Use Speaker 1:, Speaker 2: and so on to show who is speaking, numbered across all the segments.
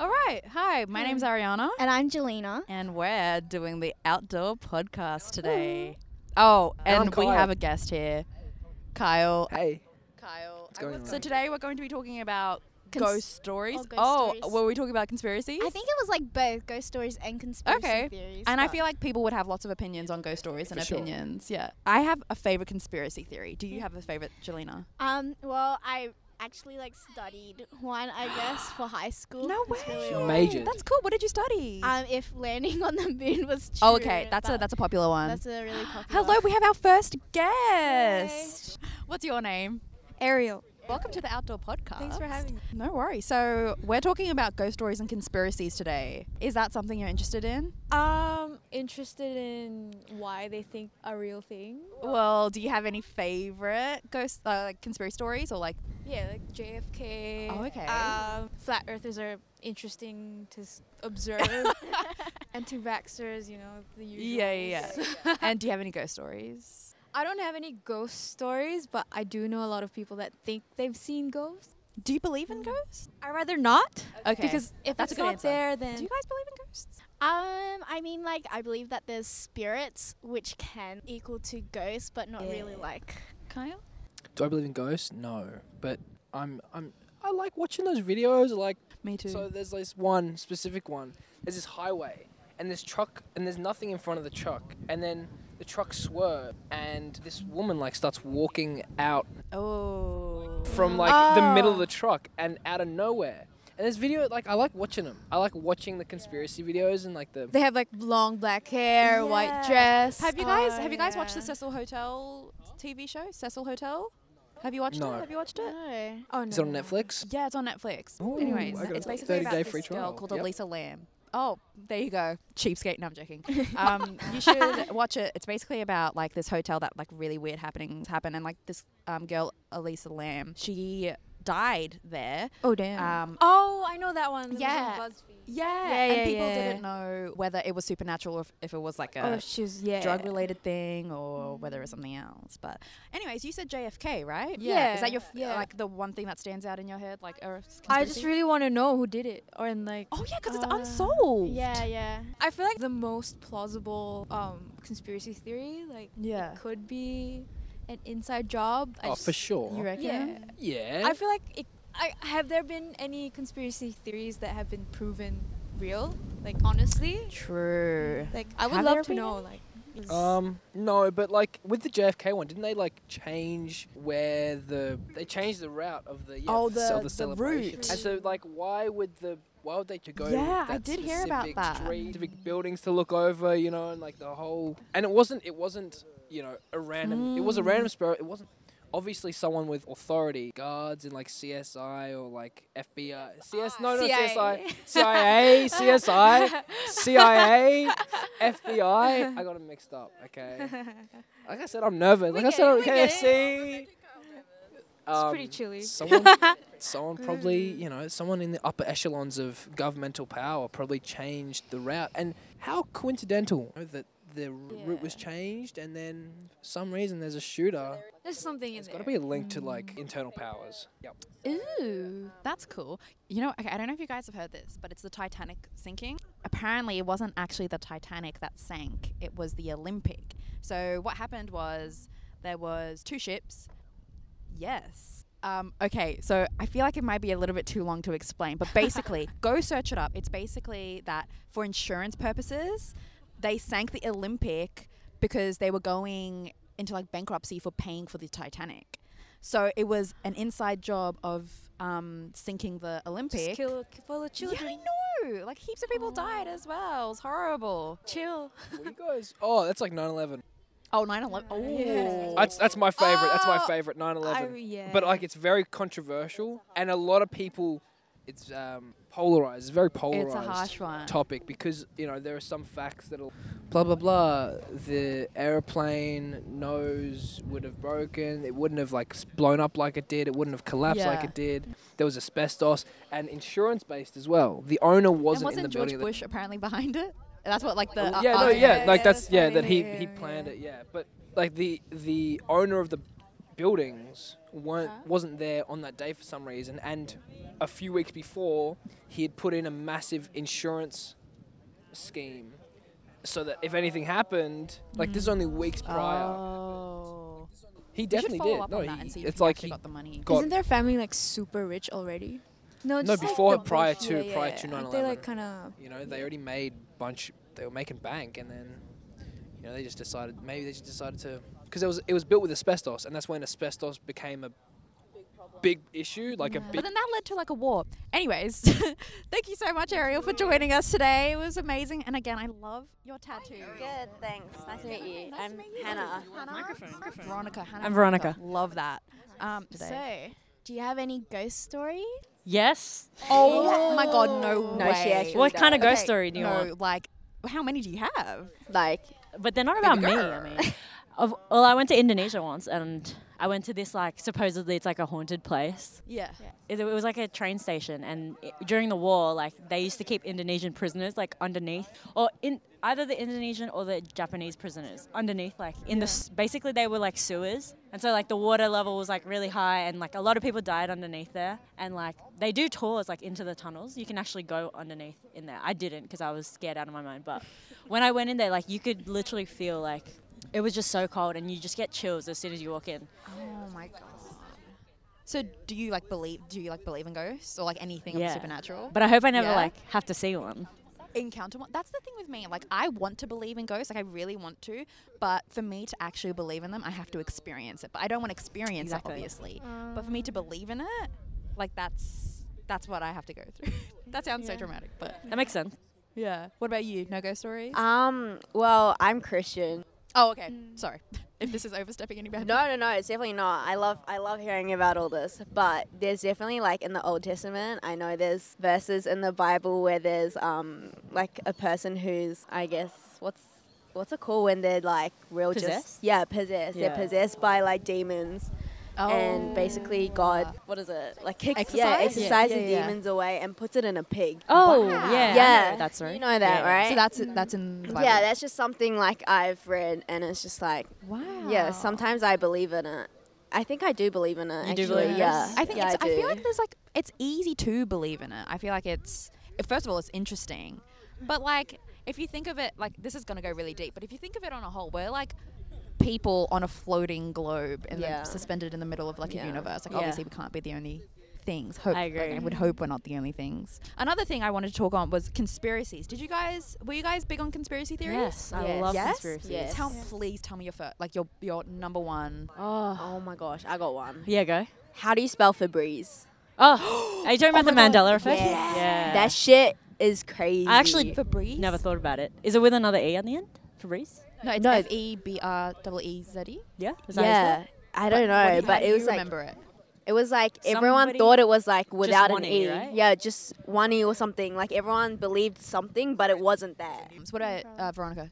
Speaker 1: right. Hi, my name's Ariana,
Speaker 2: And I'm Jelena.
Speaker 1: and we're doing the outdoor podcast today. Oh,
Speaker 3: And I'm
Speaker 1: and we have
Speaker 3: Kyle.
Speaker 1: a guest here, Kyle.
Speaker 3: Hey.
Speaker 1: Kyle.
Speaker 3: going on?
Speaker 1: So today we're going to be talking about
Speaker 2: Cons-
Speaker 1: ghost stories.
Speaker 2: Oh, ghost
Speaker 1: Oh,
Speaker 2: stories.
Speaker 1: were we talking about conspiracies?
Speaker 2: I think it was like both ghost stories and conspiracy
Speaker 1: Okay.
Speaker 2: theories.
Speaker 1: And I
Speaker 2: but-
Speaker 1: feel like people would have lots of opinions on ghost stories and
Speaker 3: For sure.
Speaker 1: opinions. Yeah. I have a favorite conspiracy theory. Do
Speaker 2: Hmm.
Speaker 1: you have a favorite, Jelena?
Speaker 2: um, well, I actually like studied one, I guess, for high school. It's really
Speaker 3: She
Speaker 2: weird.
Speaker 3: majored.
Speaker 1: That's cool. What did you study?
Speaker 2: Um, if landing on the moon was true.
Speaker 1: oh, okay. That's a
Speaker 2: but
Speaker 1: that's a popular one.
Speaker 2: that's a really popular.
Speaker 1: Hello, we have our first guest. What's your name?
Speaker 4: Ariel.
Speaker 1: Welcome to the Outdoor Podcast.
Speaker 4: Thanks for having me.
Speaker 1: No worries. So, we're talking about ghost stories and conspiracies today. Is that something you're interested in?
Speaker 4: Um, interested in why they think a real thing.
Speaker 1: Well, do you have any favorite ghost uh, like conspiracy stories or like
Speaker 4: Yeah, like JFK.
Speaker 1: Oh, okay.
Speaker 4: Um, flat earthers are interesting to s- observe. Anti-vaxxers, you know, the usual.
Speaker 1: Yeah, yeah, and do you have any ghost stories?
Speaker 4: I don't have any ghost stories, but I do know a lot of people that think they've seen ghosts.
Speaker 1: Do you believe in ghosts?
Speaker 4: I rather not
Speaker 1: Okay.
Speaker 4: because if
Speaker 1: That's a
Speaker 4: it's
Speaker 1: good
Speaker 4: not
Speaker 1: answer.
Speaker 4: there,
Speaker 1: do
Speaker 4: then
Speaker 1: you guys believe in ghosts?
Speaker 2: Um, I mean, like I believe that there's spirits which can equal to ghosts, but not really
Speaker 4: Yeah.
Speaker 2: like.
Speaker 1: Kyle?
Speaker 3: Do I believe in ghosts? No, but I'm I'm I like watching those videos. Like
Speaker 1: Me too.
Speaker 3: so, there's this one specific one. There's this highway, and this truck, and there's nothing in front of the truck, and then the truck swerve, and this woman like starts walking out
Speaker 1: oh.
Speaker 3: from like the middle of
Speaker 1: Oh.
Speaker 3: the truck and out of nowhere. And this video, like I like watching them. I like watching the conspiracy videos and like the
Speaker 4: they have like long black hair, white
Speaker 1: Yeah.
Speaker 4: dress.
Speaker 1: Have you guys
Speaker 4: Oh,
Speaker 1: have you guys watched the
Speaker 4: yeah.
Speaker 1: Cecil Hotel TV show? Cecil Hotel? Have you watched
Speaker 3: No.
Speaker 1: it? Have you watched it?
Speaker 2: No.
Speaker 4: Oh no.
Speaker 3: is it on
Speaker 4: no, no.
Speaker 3: Netflix?
Speaker 1: Yeah, it's on Netflix.
Speaker 3: Ooh,
Speaker 1: Anyways,
Speaker 3: I got
Speaker 1: it's
Speaker 3: a
Speaker 1: basically
Speaker 3: 30
Speaker 1: about
Speaker 3: day
Speaker 1: this
Speaker 3: free
Speaker 1: girl
Speaker 3: trial.
Speaker 1: called
Speaker 3: Yep.
Speaker 1: Elisa Lamb. Oh, there you go, cheapskate. No, I'm joking. Um, you should watch it. It's basically about like this hotel that like really weird happenings happen, and like this um, girl Elisa Lamb, she died there.
Speaker 4: Oh damn.
Speaker 1: Um,
Speaker 4: oh, I know that one. It was on
Speaker 2: Yeah.
Speaker 4: BuzzFeed.
Speaker 1: yeah,
Speaker 4: Yeah,
Speaker 1: and
Speaker 4: yeah,
Speaker 1: people
Speaker 4: yeah.
Speaker 1: didn't know whether it was supernatural or if, if it was like a
Speaker 4: Oh, she's yeah. Mm.
Speaker 1: drug related thing or whether it's something else. But anyways, you said JFK, right?
Speaker 4: Yeah.
Speaker 1: Is that your f-
Speaker 4: Yeah.
Speaker 1: like the one thing that stands out in your head? Like, or
Speaker 4: I just really want to know who did it, or in like.
Speaker 1: Oh yeah, because it's
Speaker 4: Uh,
Speaker 1: unsolved.
Speaker 2: Yeah, yeah.
Speaker 4: I feel like the most plausible um, conspiracy theory, like,
Speaker 1: Yeah.
Speaker 4: could be an inside job. I
Speaker 3: Oh,
Speaker 4: just-
Speaker 3: for sure.
Speaker 1: You reckon?
Speaker 4: Yeah.
Speaker 3: Yeah.
Speaker 4: I feel like it. I have there been any conspiracy theories that have been proven real? Like honestly,
Speaker 1: True.
Speaker 4: like I would
Speaker 1: Have there
Speaker 4: love to
Speaker 1: been
Speaker 4: know. Like, is-
Speaker 3: Um, no, but like with the JFK one, didn't they like change where the they changed the route of the yeah,
Speaker 1: Oh,
Speaker 3: ce- of
Speaker 1: the- the
Speaker 3: celebration.
Speaker 1: route.
Speaker 3: And so like, why would the why would they to go?
Speaker 1: Yeah, I
Speaker 3: to that
Speaker 1: did hear about
Speaker 3: specific
Speaker 1: that.
Speaker 3: Street, specific buildings to look over, you know, and like the whole. And it wasn't. It wasn't. You know, a random. It was a
Speaker 1: Mm.
Speaker 3: random spirit. It wasn't. Obviously, someone with authority, guards in like CSI or like FBI, CS, no, no, CSI, CIA, CSI, CIA, FBI. I got it mixed up. Okay. Like I said, I'm nervous. Like I said, I'm KFC.
Speaker 4: It's pretty chilly.
Speaker 3: Um, Someone, someone probably, you know, someone in the upper echelons of governmental power probably changed the route. And how coincidental you know, that the r- route was
Speaker 4: Yeah.
Speaker 3: changed, and then for some reason there's a shooter.
Speaker 4: There's something in
Speaker 3: There's got
Speaker 4: there.
Speaker 3: to be a link to like internal powers. Yep.
Speaker 1: Ooh, that's cool. You know, okay, I don't know if you guys have heard this, but it's the Titanic sinking. Apparently, it wasn't actually the Titanic that sank; it was the Olympic. So what happened was there was two ships. Yes. Um, okay, so I feel like it might be a little bit too long to explain, but basically, go search it up. It's basically that for insurance purposes, they sank the Olympic because they were going into like bankruptcy for paying for the Titanic. So it was an inside job of um, sinking the
Speaker 4: Just
Speaker 1: Olympic.
Speaker 4: kill a couple of
Speaker 1: yeah,
Speaker 4: children.
Speaker 1: I know. Like heaps of people died as well. It was horrible.
Speaker 4: Chill.
Speaker 3: What do you guys? Oh, that's like 9/11.
Speaker 1: Oh, 9/11. Oh,
Speaker 3: That's that's my favorite. that's my
Speaker 4: Oh,
Speaker 3: favorite. 9/11.
Speaker 4: I- yeah.
Speaker 3: But like, it's very controversial, and a lot of people, it's um, polarized. It's a very polarized.
Speaker 1: it's a harsh one.
Speaker 3: topic because you know there are some facts that are blah blah blah the airplane nose would have broken it wouldn't have like s- blown up like it did it wouldn't have collapsed like
Speaker 1: Yeah.
Speaker 3: it did there was asbestos and insurance based as well the owner wasn't,
Speaker 1: and wasn't
Speaker 3: in the
Speaker 1: George
Speaker 3: building
Speaker 1: Bush apparently behind it? That's what like the
Speaker 3: that,
Speaker 1: uh,
Speaker 3: yeah no
Speaker 1: argument-
Speaker 3: yeah,
Speaker 4: yeah,
Speaker 3: like
Speaker 4: yeah,
Speaker 3: that's
Speaker 4: that's
Speaker 3: yeah
Speaker 4: what I
Speaker 3: that he
Speaker 4: hear,
Speaker 3: he planned
Speaker 4: yeah.
Speaker 3: it yeah but like the the
Speaker 1: Uh-huh.
Speaker 3: owner of the buildings weren't wasn't there on that day for some reason and a few weeks before, he had put in a massive insurance scheme so that if anything happened, like this is only weeks prior.
Speaker 1: Mm. Oh. You
Speaker 3: He
Speaker 1: should
Speaker 3: definitely
Speaker 1: follow
Speaker 3: did.
Speaker 1: up
Speaker 3: no,
Speaker 1: on that
Speaker 3: he-
Speaker 1: and see if
Speaker 3: it's
Speaker 1: you
Speaker 3: like
Speaker 1: actually
Speaker 3: he
Speaker 1: got the money.
Speaker 3: got
Speaker 4: Isn't their family like super rich already?
Speaker 3: No,
Speaker 4: just, like,
Speaker 3: before-
Speaker 4: the
Speaker 3: prior
Speaker 4: rich-
Speaker 3: to-
Speaker 4: yeah,
Speaker 3: prior
Speaker 4: yeah.
Speaker 3: to
Speaker 4: Aren't
Speaker 3: 9/11.
Speaker 4: They like kind of
Speaker 3: You know, they already made bunch. They were making bank, and then you know they just decided maybe they just decided to because it was it was built with asbestos, and that's when asbestos became a big issue, like a
Speaker 1: But
Speaker 3: big.
Speaker 1: then that led to like a war. Anyways, thank you so much, Ariel, for joining us today. It was amazing. And again, I love your tattoo.
Speaker 5: Good, thanks. Nice to meet you.
Speaker 1: Nice to
Speaker 5: I'm
Speaker 1: meet you.
Speaker 5: Hannah.
Speaker 1: Hannah. Veronica. Hannah
Speaker 6: I'm
Speaker 1: Love that. Um, today.
Speaker 2: So, do you have any ghost story?
Speaker 6: Yes.
Speaker 1: oh my God, no,
Speaker 5: No,
Speaker 1: way.
Speaker 5: she actually-
Speaker 6: What kind of ghost
Speaker 1: Okay,
Speaker 6: story do you
Speaker 1: no,
Speaker 6: want?
Speaker 1: like, how many do you have?
Speaker 5: Like,
Speaker 6: But they're not about me. I
Speaker 1: girl.
Speaker 6: mean, of, well, I went to Indonesia once, and I went to this like supposedly it's like a haunted place.
Speaker 1: Yeah.
Speaker 6: It, it was like a train station, and i during the war, like they used to keep Indonesian prisoners like underneath, or in either the Indonesian or the Japanese prisoners underneath, like in the s basically they were like sewers, and so like the water level was like really high, and like a lot of people died underneath there, and like they do tours like into the tunnels. You can actually go underneath in there. I didn't because I was scared out of my mind, but when I went in there, like you could literally feel like. It was just so cold, and you just get chills as soon as you walk in.
Speaker 1: Oh my God. So do you like believe? Do you like believe in ghosts or like anything of the
Speaker 6: Yeah.
Speaker 1: supernatural?
Speaker 6: But I hope I never
Speaker 1: Yeah.
Speaker 6: like have to see one.
Speaker 1: encounter one. That's the thing with me. Like, I want to believe in ghosts. Like, I really want to. But for me to actually believe in them, I have to experience it. But I don't want to experience
Speaker 6: Exactly.
Speaker 1: it, obviously. But for me to believe in it, like, that's that's what I have to go through. that sounds so dramatic, but
Speaker 6: That makes sense.
Speaker 1: yeah. What about you? No ghost stories?
Speaker 5: um, well, I'm Christian.
Speaker 1: oh, okay.
Speaker 5: Mm.
Speaker 1: Sorry if this is overstepping any boundaries.
Speaker 5: No, no, no. It's definitely not. I love, I love hearing about all this. But there's definitely like in the Old Testament. I know there's verses in the Bible where there's um like a person who's I guess what's what's it called when they're like real
Speaker 6: Possessed?
Speaker 5: just yeah possessed.
Speaker 6: Yeah.
Speaker 5: They're possessed by like demons.
Speaker 1: Oh.
Speaker 5: And basically, God, what is it? Like kicks,
Speaker 1: Exorcise?
Speaker 5: yeah,
Speaker 1: Yeah,
Speaker 5: exercises
Speaker 1: yeah, yeah.
Speaker 5: demons away and puts it in a pig.
Speaker 6: Oh
Speaker 1: Wow.
Speaker 6: yeah,
Speaker 5: Yeah.
Speaker 6: that's right.
Speaker 5: You know that, right?
Speaker 1: So that's that's in. The Bible.
Speaker 5: yeah, that's just something like I've read, and it's just like,
Speaker 1: wow.
Speaker 5: yeah, sometimes I believe in it. I think I do believe in it.
Speaker 6: You do
Speaker 5: actually.
Speaker 6: believe in it?
Speaker 5: yeah.
Speaker 1: I think
Speaker 5: yeah,
Speaker 1: it's, I,
Speaker 5: do.
Speaker 1: feel like there's like it's easy to believe in it. I feel like it's first of all it's interesting, but like if you think of it like this is gonna go really deep. But if you think of it on a whole, we're like people on a floating globe and
Speaker 5: Yeah.
Speaker 1: then suspended in the middle of like
Speaker 5: Yeah.
Speaker 1: a universe. Like
Speaker 6: Yeah.
Speaker 1: obviously we can't be the only things. Hope
Speaker 6: I
Speaker 1: like, I
Speaker 6: agree.
Speaker 1: would hope we're not the only things. Another thing I wanted to talk on was conspiracies. Did you guys were you guys big on conspiracy theories?
Speaker 6: Yes, I
Speaker 5: Yes.
Speaker 6: love
Speaker 1: Yes?
Speaker 6: conspiracies.
Speaker 5: Yes.
Speaker 1: Tell please tell me your first like your your number one.
Speaker 6: Oh
Speaker 5: Oh my gosh, I got one.
Speaker 6: yeah, go.
Speaker 5: How do you spell Febreze?
Speaker 6: Oh, are you talking about the Mandela effect?
Speaker 5: Yes.
Speaker 6: Yeah,
Speaker 5: That shit is crazy.
Speaker 6: I actually
Speaker 1: Febreze?
Speaker 6: never thought about it. Is it with another e on the end? Fabrice?
Speaker 1: No, it's
Speaker 5: No.
Speaker 1: F E B R double E Z E.
Speaker 6: Yeah. Is that how you spell
Speaker 5: yeah.
Speaker 6: it?
Speaker 5: I don't
Speaker 1: What do
Speaker 5: know,
Speaker 1: you- how
Speaker 5: but
Speaker 1: do
Speaker 5: it
Speaker 1: you
Speaker 5: was like
Speaker 1: remember it.
Speaker 5: it was like everyone
Speaker 6: Somebody-
Speaker 5: thought it was like without
Speaker 6: one
Speaker 5: an
Speaker 6: E,
Speaker 5: e,
Speaker 6: right?
Speaker 5: yeah, just one e or something. Like everyone believed something, but it wasn't that.
Speaker 1: So what about uh, Veronica?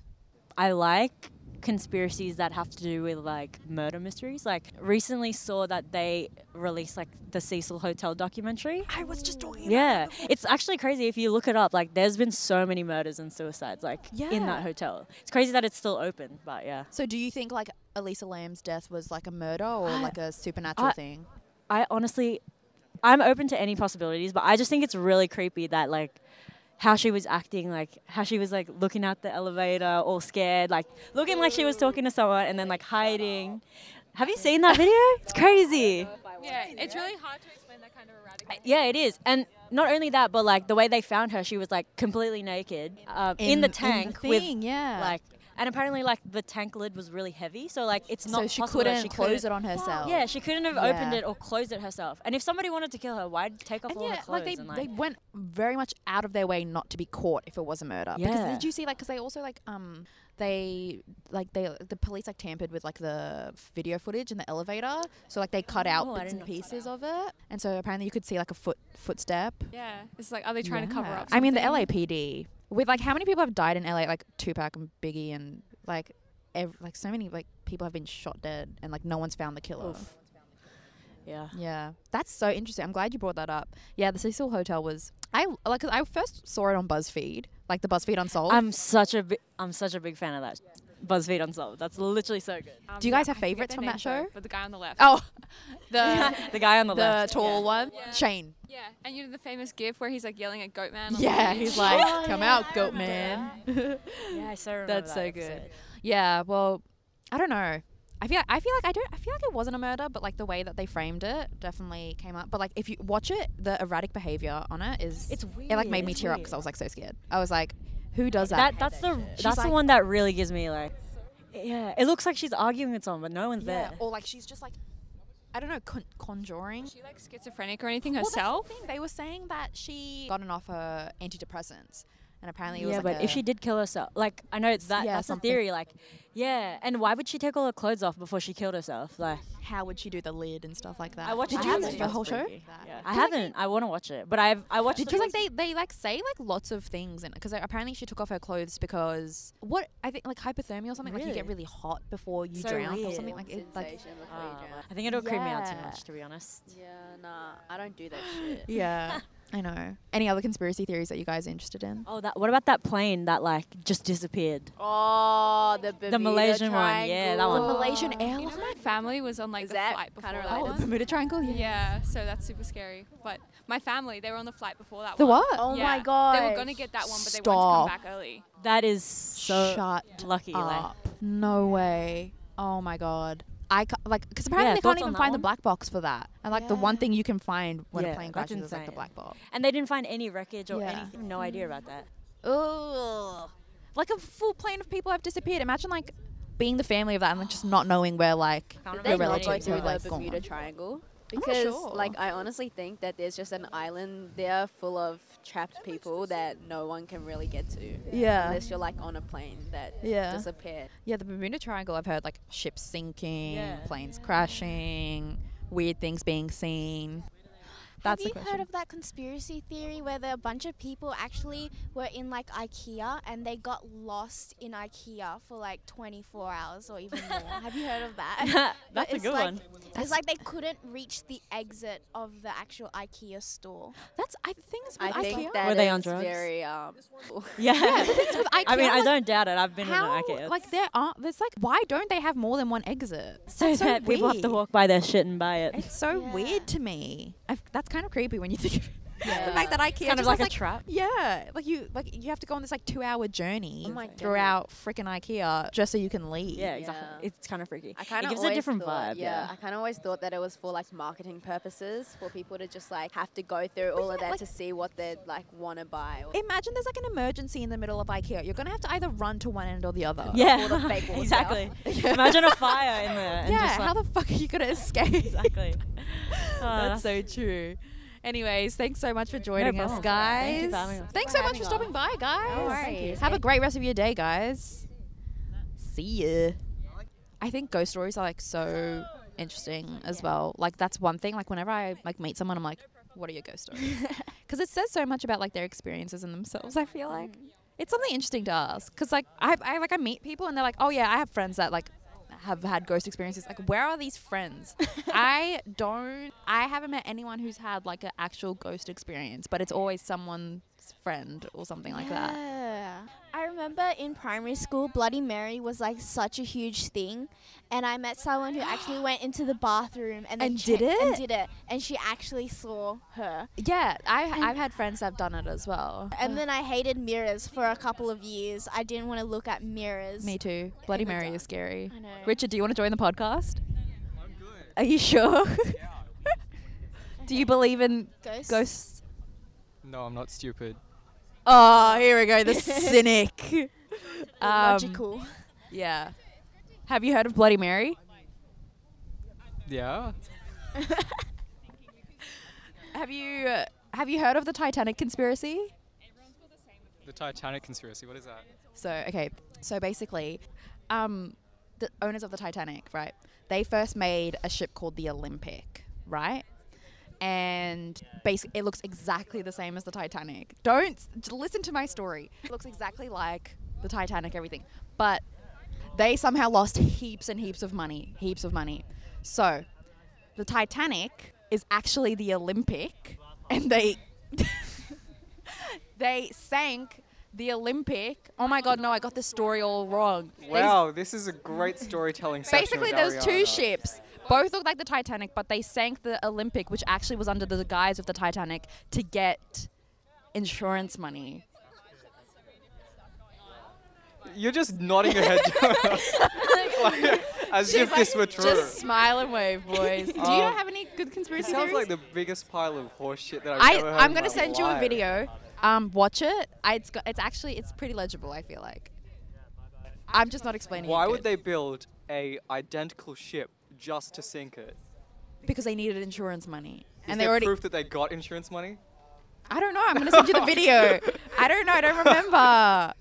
Speaker 6: I like conspiracies that have to do with like murder mysteries. Like recently saw that they released like the Cecil Hotel documentary.
Speaker 1: I was just talking.
Speaker 6: Yeah, it's actually crazy if you look it up. Like, there's been so many murders and suicides like in
Speaker 1: Yeah.
Speaker 6: that hotel. It's crazy that it's still open, but yeah.
Speaker 1: So do you think like Elisa Lamb's death was like a murder or like a supernatural
Speaker 6: I-
Speaker 1: thing?
Speaker 6: I honestly, I'm open to any possibilities, but I just think it's really creepy that like how she was acting, like how she was like looking at the elevator, all scared, like looking like she was talking to someone, and then like hiding. Have you seen that video? It's crazy.
Speaker 7: Yeah, it's really hard to explain that kind of erratic.
Speaker 6: Yeah, it is. And not only that, but like the way they found her, she was like completely naked um, in, the tank with
Speaker 1: thing, yeah.
Speaker 6: like, and apparently like the tank lid was really heavy, so like it's not
Speaker 1: so she
Speaker 6: possible that
Speaker 1: couldn't
Speaker 6: she
Speaker 1: close
Speaker 6: couldn't-
Speaker 1: it on herself.
Speaker 6: Yeah, she couldn't have opened
Speaker 1: Yeah.
Speaker 6: it or closed it herself. And if somebody wanted to kill her, why'd take off
Speaker 1: and
Speaker 6: all
Speaker 1: yeah,
Speaker 6: her clothes?
Speaker 1: like they,
Speaker 6: and,
Speaker 1: they went very much out of their way not to be caught if it was a murder. Because
Speaker 6: Yeah.
Speaker 1: did you see like because they also like um they like they the police like tampered with like the video footage in the elevator, so like they cut out
Speaker 6: Oh, I
Speaker 1: bits
Speaker 6: didn't
Speaker 1: and
Speaker 6: notice
Speaker 1: pieces of it, and so apparently you could see like a foot footstep.
Speaker 7: Yeah, it's like, are they trying to cover
Speaker 1: Yeah.
Speaker 7: up?
Speaker 1: I mean, the
Speaker 7: something?
Speaker 1: LAPD with like how many people have died in LA? Like Tupac and Biggie and like ev- like so many like people have been shot dead and like no one's found the killer.
Speaker 6: yeah.
Speaker 1: Yeah, that's so interesting. I'm glad you brought that up. Yeah, the Cecil Hotel was I like 'cause I first saw it on BuzzFeed, like the BuzzFeed Unsolved.
Speaker 6: I'm such a bi- I'm such a big fan of that. BuzzFeed Unsolved. That's literally so good.
Speaker 7: Um,
Speaker 1: Do you guys
Speaker 7: yeah,
Speaker 1: have
Speaker 7: I forget
Speaker 1: favorites
Speaker 7: their
Speaker 1: from that
Speaker 7: names though,
Speaker 1: show?
Speaker 7: But the guy on the left.
Speaker 1: Oh, the
Speaker 6: the guy on the,
Speaker 1: the
Speaker 6: left.
Speaker 1: tall one,
Speaker 7: Yeah.
Speaker 1: Shane.
Speaker 7: Yeah, and you know the famous GIF where he's like yelling at Goatman. on
Speaker 1: Yeah,
Speaker 7: stage?
Speaker 1: he's like,
Speaker 6: Oh,
Speaker 1: come
Speaker 6: yeah,
Speaker 1: out,
Speaker 6: I
Speaker 1: goat
Speaker 6: remember
Speaker 1: man.
Speaker 6: Yeah, I so remember
Speaker 1: That's
Speaker 6: that
Speaker 1: so
Speaker 6: episode.
Speaker 1: good. yeah, well, I don't know. I feel I feel like I don't I feel like it wasn't a murder, but like the way that they framed it definitely came up. But like if you watch it, the erratic behavior on it is
Speaker 6: It's weird.
Speaker 1: it like made me
Speaker 6: it's
Speaker 1: cheer up
Speaker 6: weird.
Speaker 1: because I was like so scared. I was like, who does that?
Speaker 6: That that's the
Speaker 1: She's
Speaker 6: that's the
Speaker 1: like-
Speaker 6: one that really gives me like. Yeah, it looks like she's arguing with someone, but no one's
Speaker 1: yeah,
Speaker 6: there.
Speaker 1: or like she's just like I don't know, con- conjuring.
Speaker 7: Is she like schizophrenic or anything
Speaker 1: Well, that's the
Speaker 7: herself?
Speaker 1: thing, They were saying that she gotten off her antidepressants, and apparently it was
Speaker 6: yeah,
Speaker 1: like
Speaker 6: but if
Speaker 1: a-
Speaker 6: she did kill herself, like I know it's that
Speaker 1: yeah,
Speaker 6: that's
Speaker 1: something.
Speaker 6: a theory. Like, yeah, and why would she take all her clothes off before she killed herself? Like,
Speaker 1: how would she do the lid and stuff like that?
Speaker 6: I watched
Speaker 1: Did
Speaker 6: it
Speaker 1: you
Speaker 6: too.
Speaker 1: watch the whole show?
Speaker 6: I haven't. I want to watch it, but I've I watched.
Speaker 1: Because like they, they like say like lots of things and because apparently she took off her clothes because what I think like hypothermia or something like you get really hot before you
Speaker 6: So
Speaker 1: drown or
Speaker 6: weird.
Speaker 1: something like it like
Speaker 5: Sensation
Speaker 6: Oh,
Speaker 5: before you drown.
Speaker 6: I think it'll creep me out too
Speaker 1: Yeah.
Speaker 6: much, to be honest.
Speaker 5: Yeah, nah, I don't do that shit.
Speaker 1: yeah I know any other conspiracy theories that you guys are interested in
Speaker 6: Oh, that. What about that plane that like just disappeared?
Speaker 5: Oh, the Bermuda
Speaker 6: Malaysian one, yeah, that one.
Speaker 5: Triangle.
Speaker 1: the Malaysian
Speaker 7: Um, You know,
Speaker 1: airline
Speaker 7: my family was on like
Speaker 5: Is
Speaker 7: the
Speaker 5: that
Speaker 7: flight before
Speaker 5: kinda
Speaker 7: that
Speaker 5: related?
Speaker 1: oh the
Speaker 7: one.
Speaker 1: Bermuda Triangle yeah,
Speaker 7: Yeah, so that's super scary. But my family, they were on the flight before that
Speaker 1: the
Speaker 7: one.
Speaker 1: what
Speaker 5: Oh my
Speaker 7: Yeah,
Speaker 5: god.
Speaker 7: They were gonna get that one, but they wanted
Speaker 1: Stop.
Speaker 7: to come back early.
Speaker 6: That is so
Speaker 1: shut
Speaker 6: lucky. Like,
Speaker 1: up no way oh my god I ca- like because apparently
Speaker 6: Yeah,
Speaker 1: they
Speaker 6: thoughts
Speaker 1: can't
Speaker 6: on
Speaker 1: even
Speaker 6: that
Speaker 1: find
Speaker 6: one?
Speaker 1: the black box for that and like the one
Speaker 6: Yeah.
Speaker 1: thing you can find when
Speaker 6: Yeah,
Speaker 1: a plane
Speaker 6: that's
Speaker 1: crashes is like the
Speaker 6: insane.
Speaker 1: black box
Speaker 6: and they didn't find any wreckage or
Speaker 1: Yeah.
Speaker 6: anything. No idea about that.
Speaker 1: Ugh. Like a full plane of people have disappeared. Imagine like being the family of that and like, just not knowing where like
Speaker 6: Can't
Speaker 5: They
Speaker 1: your
Speaker 6: remember
Speaker 5: not
Speaker 6: anything.
Speaker 5: go
Speaker 1: relatives
Speaker 5: through
Speaker 1: are, like,
Speaker 5: the
Speaker 1: gone.
Speaker 5: Bermuda Triangle because,
Speaker 1: sure.
Speaker 5: like, I honestly think that there's just an island there full of trapped people that no one can really get to
Speaker 1: Yeah.
Speaker 5: unless you're like on a plane that
Speaker 1: Yeah.
Speaker 5: disappeared.
Speaker 1: Yeah, the Bermuda Triangle I've heard like ships sinking,
Speaker 6: Yeah.
Speaker 1: planes crashing, weird things being seen. That's
Speaker 2: Have
Speaker 1: the
Speaker 2: you
Speaker 1: question.
Speaker 2: heard of that conspiracy theory where the, a bunch of people actually were in like IKEA and they got lost in IKEA for like 24 hours or even more? Have you heard of that? But
Speaker 6: That's a
Speaker 2: it's
Speaker 6: good
Speaker 2: like-
Speaker 6: one.
Speaker 1: That's-
Speaker 2: It's like they couldn't reach the exit of the actual IKEA store.
Speaker 1: That's I the thing is with
Speaker 5: I think
Speaker 1: IKEA.
Speaker 5: that
Speaker 6: Were they on
Speaker 5: is
Speaker 6: drugs?
Speaker 5: very um,
Speaker 6: Yeah.
Speaker 1: It's with IKEA.
Speaker 6: I mean, I
Speaker 1: like,
Speaker 6: don't doubt it. I've been
Speaker 1: How,
Speaker 6: in an IKEA.
Speaker 1: like there are there's like why don't they have more than one exit?
Speaker 6: so,
Speaker 1: so
Speaker 6: that people have to
Speaker 1: weird.
Speaker 6: walk by their shit and buy it.
Speaker 1: It's so
Speaker 2: Yeah.
Speaker 1: weird to me. I've, that's kind of creepy when you think of the
Speaker 5: Yeah.
Speaker 1: fact that IKEA
Speaker 6: kind
Speaker 1: just
Speaker 6: of like
Speaker 1: has,
Speaker 6: a trap.
Speaker 1: Yeah, like you like you have to go on this like two hour journey
Speaker 5: Oh my
Speaker 1: throughout freaking IKEA just so you can leave.
Speaker 6: Yeah, exactly.
Speaker 5: Yeah.
Speaker 6: It's kind of freaky.
Speaker 5: I kind
Speaker 6: it
Speaker 5: of
Speaker 6: gives a different vibe.
Speaker 5: I kind of always thought that it was for like marketing purposes for people to just like have to go through all of
Speaker 1: yeah,
Speaker 5: that
Speaker 1: like-
Speaker 5: to see what they like want to buy. Or
Speaker 1: Imagine there's like an emergency in the middle of IKEA. You're gonna have to either run to one end or the other.
Speaker 6: Yeah,
Speaker 5: all the fake walls out.
Speaker 6: exactly. Imagine a fire in there. And
Speaker 1: Yeah,
Speaker 6: just like,
Speaker 1: how the fuck are you gonna escape?
Speaker 6: exactly. Uh,
Speaker 1: That's so true. Anyways, thanks so much for joining us,
Speaker 6: problem.
Speaker 1: guys.
Speaker 6: Thank you for having us.
Speaker 1: Thanks
Speaker 5: for
Speaker 1: so much
Speaker 5: having
Speaker 1: for stopping
Speaker 5: us.
Speaker 1: by, guys.
Speaker 5: worries.
Speaker 1: Have a great rest of your day, guys. See ya. I think ghost stories are like so interesting as well. Like that's one thing. Like whenever I like meet someone, I'm like, "What are your ghost stories?" Because it says so much about like their experiences and themselves. I feel like it's something interesting to ask. Because like I, I like I meet people and they're like, "Oh yeah, I have friends that like have had ghost experiences." Like where are these friends? I don't. I haven't met anyone who's had like an actual ghost experience, but it's always someone's friend or something like that.
Speaker 2: Yeah. I remember in primary school, Bloody Mary was like such a huge thing, and I met someone who actually went into the bathroom and, then
Speaker 1: And did
Speaker 2: checked and
Speaker 1: it?
Speaker 2: did it, and she actually saw her.
Speaker 1: Yeah, I, I've had friends that've done it as well.
Speaker 2: And then I hated mirrors for a couple of years. I didn't want to look at mirrors.
Speaker 1: Me too. Bloody
Speaker 2: Every
Speaker 1: Mary
Speaker 2: time.
Speaker 1: is scary.
Speaker 2: I know.
Speaker 1: Richard, do you want to join the podcast? I'm good. Are you sure? do you believe in
Speaker 2: Ghosts.
Speaker 1: ghosts?
Speaker 8: No, I'm not stupid.
Speaker 1: Oh, here we go. The cynic. Um,
Speaker 2: Or logical.
Speaker 1: Yeah. Have you heard of Bloody Mary?
Speaker 8: Yeah.
Speaker 1: Have you uh, have you heard of the Titanic conspiracy?
Speaker 8: The Titanic conspiracy. What is that?
Speaker 1: So okay, so basically, um, the owners of the Titanic, right? They first made a ship called the Olympic, right? And basically, it looks exactly the same as the Titanic. Don't j- listen to my story. It looks exactly like the Titanic, everything. But they somehow lost heaps and heaps of money, heaps of money. So the Titanic is actually the Olympic, and they they sank the Olympic. Oh my God, no, I got this story all wrong. There's-
Speaker 8: Wow, this is a great storytelling section.
Speaker 1: Basically,
Speaker 8: with
Speaker 1: those two
Speaker 8: Ariana.
Speaker 1: ships both look like the Titanic, but they sank the Olympic, which actually was under the guise of the Titanic, to get insurance money.
Speaker 8: You're just nodding your head. Joanna. like, as if this were true.
Speaker 1: Just smile and wave, boys. Do you
Speaker 8: Um,
Speaker 1: not have any good
Speaker 8: It
Speaker 1: conspiracy
Speaker 8: sounds
Speaker 1: theories?
Speaker 8: like the biggest pile of horseshit that I've
Speaker 1: I,
Speaker 8: ever heard.
Speaker 1: I'm
Speaker 8: in
Speaker 1: gonna
Speaker 8: my
Speaker 1: send you a
Speaker 8: life.
Speaker 1: video. Um, watch it. I, it's got, it's actually it's pretty legible. I feel like. I'm just not explaining.
Speaker 8: Why
Speaker 1: it
Speaker 8: would
Speaker 1: good.
Speaker 8: they build a identical ship just to sink it?
Speaker 1: Because they needed insurance money,
Speaker 8: Is
Speaker 1: and they
Speaker 8: there
Speaker 1: already.
Speaker 8: proof that they got insurance money?
Speaker 1: I don't know. I'm gonna send you the video. I don't know. I don't remember.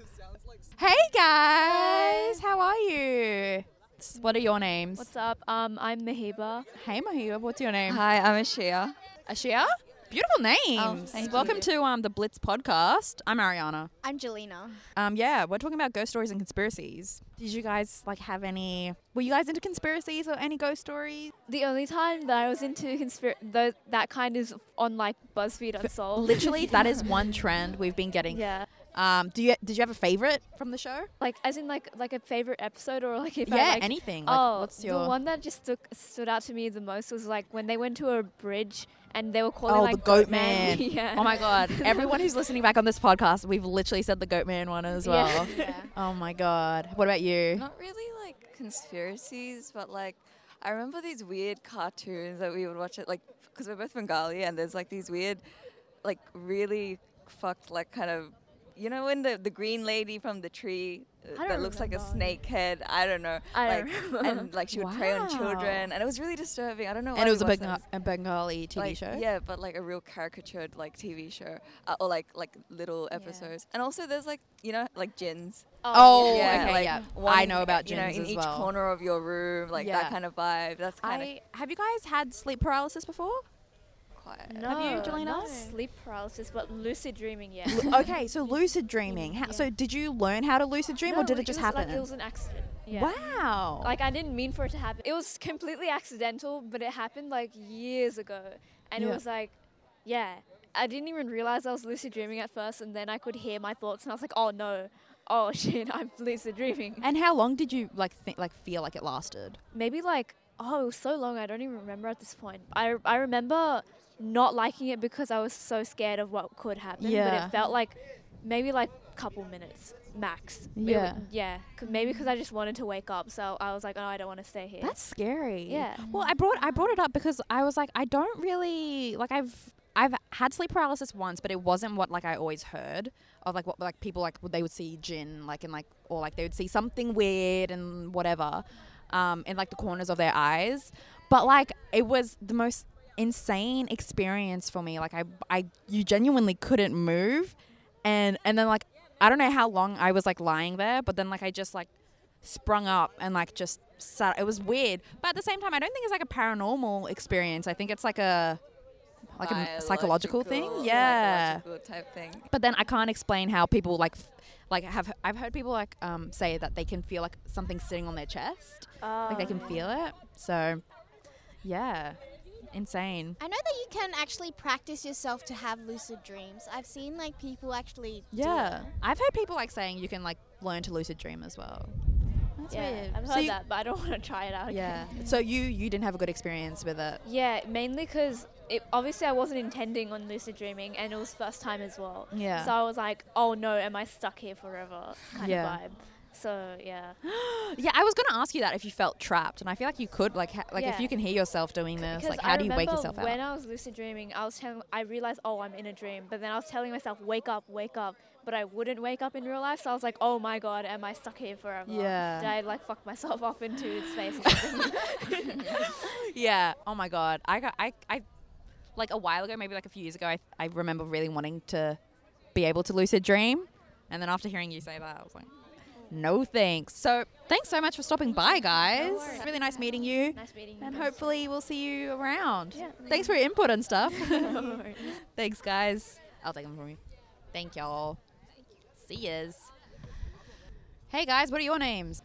Speaker 1: Hey guys, how are you? S- What are your names?
Speaker 9: What's up? Um, I'm Mahiba.
Speaker 1: hey Mahiba, what's your name?
Speaker 9: Hi, I'm Ashia.
Speaker 1: Ashia. Beautiful names.
Speaker 9: Oh, thank
Speaker 1: Welcome
Speaker 9: you.
Speaker 1: to um the Blitz podcast. I'm Ariana.
Speaker 2: I'm Jelena.
Speaker 1: Um yeah, we're talking about ghost stories and conspiracies. Did you guys like have any? Were you guys into conspiracies or any ghost stories?
Speaker 9: The only time that I was into conspira- tho- that kind is on like BuzzFeed Unsolved.
Speaker 1: Literally, that is one trend we've been getting.
Speaker 9: yeah,
Speaker 1: Um, do you did you have a favorite from the show?
Speaker 9: like as in like like a favorite episode or like if
Speaker 1: yeah,
Speaker 9: I like.
Speaker 1: anything. Like,
Speaker 9: oh,
Speaker 1: what's your
Speaker 9: the one that just took, stood out to me the most was like when they went to a bridge and they were calling
Speaker 1: Oh,
Speaker 9: like
Speaker 1: the goat man.
Speaker 9: yeah.
Speaker 1: Oh my god. Everyone who's listening back on this podcast, we've literally said the goat man one as
Speaker 9: Yeah.
Speaker 1: well.
Speaker 2: Yeah.
Speaker 1: Oh my god. What about you?
Speaker 10: Not really like conspiracies, but like I remember these weird cartoons that we would watch it like because we're both Bengali and there's like these weird, like really fucked like kind of. You know when the, the green lady from the tree uh,
Speaker 9: don't
Speaker 10: that looks like a
Speaker 9: remember.
Speaker 10: snake head? I don't know.
Speaker 9: I
Speaker 10: like
Speaker 9: don't remember.
Speaker 10: and like she would prey on children,
Speaker 1: Wow.
Speaker 10: and it was really disturbing. I don't know. why
Speaker 1: And it
Speaker 10: we
Speaker 1: was a,
Speaker 10: watched that.
Speaker 1: Benga- a Bengali TV
Speaker 10: like,
Speaker 1: show.
Speaker 10: Yeah, but like a real caricatured like TV show uh, or like like little episodes. And also there's like you know like gins.
Speaker 1: Oh,
Speaker 10: yeah,
Speaker 1: okay,
Speaker 10: like,
Speaker 1: yeah.
Speaker 10: one
Speaker 1: I
Speaker 10: in-
Speaker 1: know about
Speaker 10: you know
Speaker 1: gins
Speaker 10: in
Speaker 1: as
Speaker 10: each
Speaker 1: well.
Speaker 10: corner of your room, like
Speaker 1: Yeah.
Speaker 10: that kind of vibe. That's kind
Speaker 1: I have you guys had sleep paralysis before?
Speaker 10: of quiet.
Speaker 9: No,
Speaker 1: you, Jelena?
Speaker 9: not sleep paralysis, but lucid dreaming. Yeah.
Speaker 1: okay, so lucid dreaming. How,
Speaker 9: yeah.
Speaker 1: So did you learn how to lucid dream, or
Speaker 9: No,
Speaker 1: did it just
Speaker 9: was,
Speaker 1: happen?
Speaker 9: Like, it was an accident. Yeah.
Speaker 1: Wow.
Speaker 9: Like I didn't mean for it to happen. It was completely accidental, but it happened like years ago, and
Speaker 1: Yeah.
Speaker 9: it was like, yeah, I didn't even realize I was lucid dreaming at first, and then I could hear my thoughts, and I was like, oh no, oh shit, I'm lucid dreaming.
Speaker 1: and how long did you like think like feel like it lasted?
Speaker 9: Maybe like oh, it was so long, I don't even remember at this point. I I remember not liking it because I was so scared of what could happen. But
Speaker 1: Yeah.
Speaker 9: it felt like maybe like a couple minutes max. It wa-
Speaker 1: Yeah.
Speaker 9: yeah. 'cause- Maybe because I just wanted to wake up, so I was like, oh, I don't want to stay here.
Speaker 1: That's scary.
Speaker 9: Yeah.
Speaker 1: Well, I brought I brought it up because I was like, I don't really like I've I've had sleep paralysis once, but it wasn't what like I always heard of like what like people like they would see gin like in like or like they would see something weird and whatever, um in like the corners of their eyes, but like it was the most insane experience for me. Like I I you genuinely couldn't move, and and then like I don't know how long I was like lying there, but then like I just like sprung up and like just sat. It was weird, but at the same time, I don't think it's like a paranormal experience. I think it's like a like a psychological thing. Yeah.
Speaker 10: Psychological type thing.
Speaker 1: But then I can't explain how people like f- like have I've heard people like um say that they can feel like something sitting on their chest, like they can feel it. So yeah, insane.
Speaker 2: I know that you can actually practice yourself to have lucid dreams. I've seen like people actually. do it.
Speaker 1: Yeah, I've heard people like saying you can like learn to lucid dream as well. That's
Speaker 9: yeah,
Speaker 1: weird.
Speaker 9: I've
Speaker 1: So
Speaker 9: heard
Speaker 1: you-
Speaker 9: that, but I don't want to try it out.
Speaker 1: Yeah.
Speaker 9: Again.
Speaker 1: So you you didn't have a good experience with it.
Speaker 9: Yeah, mainly because it, obviously I wasn't intending on lucid dreaming, and it was first time as well.
Speaker 1: Yeah.
Speaker 9: So I was like, oh no, am I stuck here forever? Kind
Speaker 1: Yeah.
Speaker 9: of vibe. So yeah.
Speaker 1: Yeah, I was gonna ask you that if you felt trapped, and I feel like you could like ha- like if
Speaker 9: Yeah.
Speaker 1: you can hear yourself doing this,
Speaker 9: Because
Speaker 1: like how
Speaker 9: I
Speaker 1: do you wake
Speaker 9: remember
Speaker 1: yourself
Speaker 9: When
Speaker 1: out?
Speaker 9: I was lucid dreaming, I was telling, I realized, oh, I'm in a dream. But then I was telling myself, wake up, wake up. But I wouldn't wake up in real life, so I was like, oh my god, am I stuck here forever?
Speaker 1: Yeah.
Speaker 9: Did I like fuck myself off into space? Or something?
Speaker 1: yeah. Oh my god, I got I I like a while ago, maybe like a few years ago, I I remember really wanting to be able to lucid dream, and then after hearing you say that, I was like, no thanks. So thanks so much for stopping by, guys. really nice meeting you.
Speaker 9: nice meeting you.
Speaker 1: And
Speaker 9: guys.
Speaker 1: hopefully we'll see you around. Thanks for your input and stuff. Thanks, guys. I'll take them from you. Thank y'all. See yas. Hey, guys, what are your names?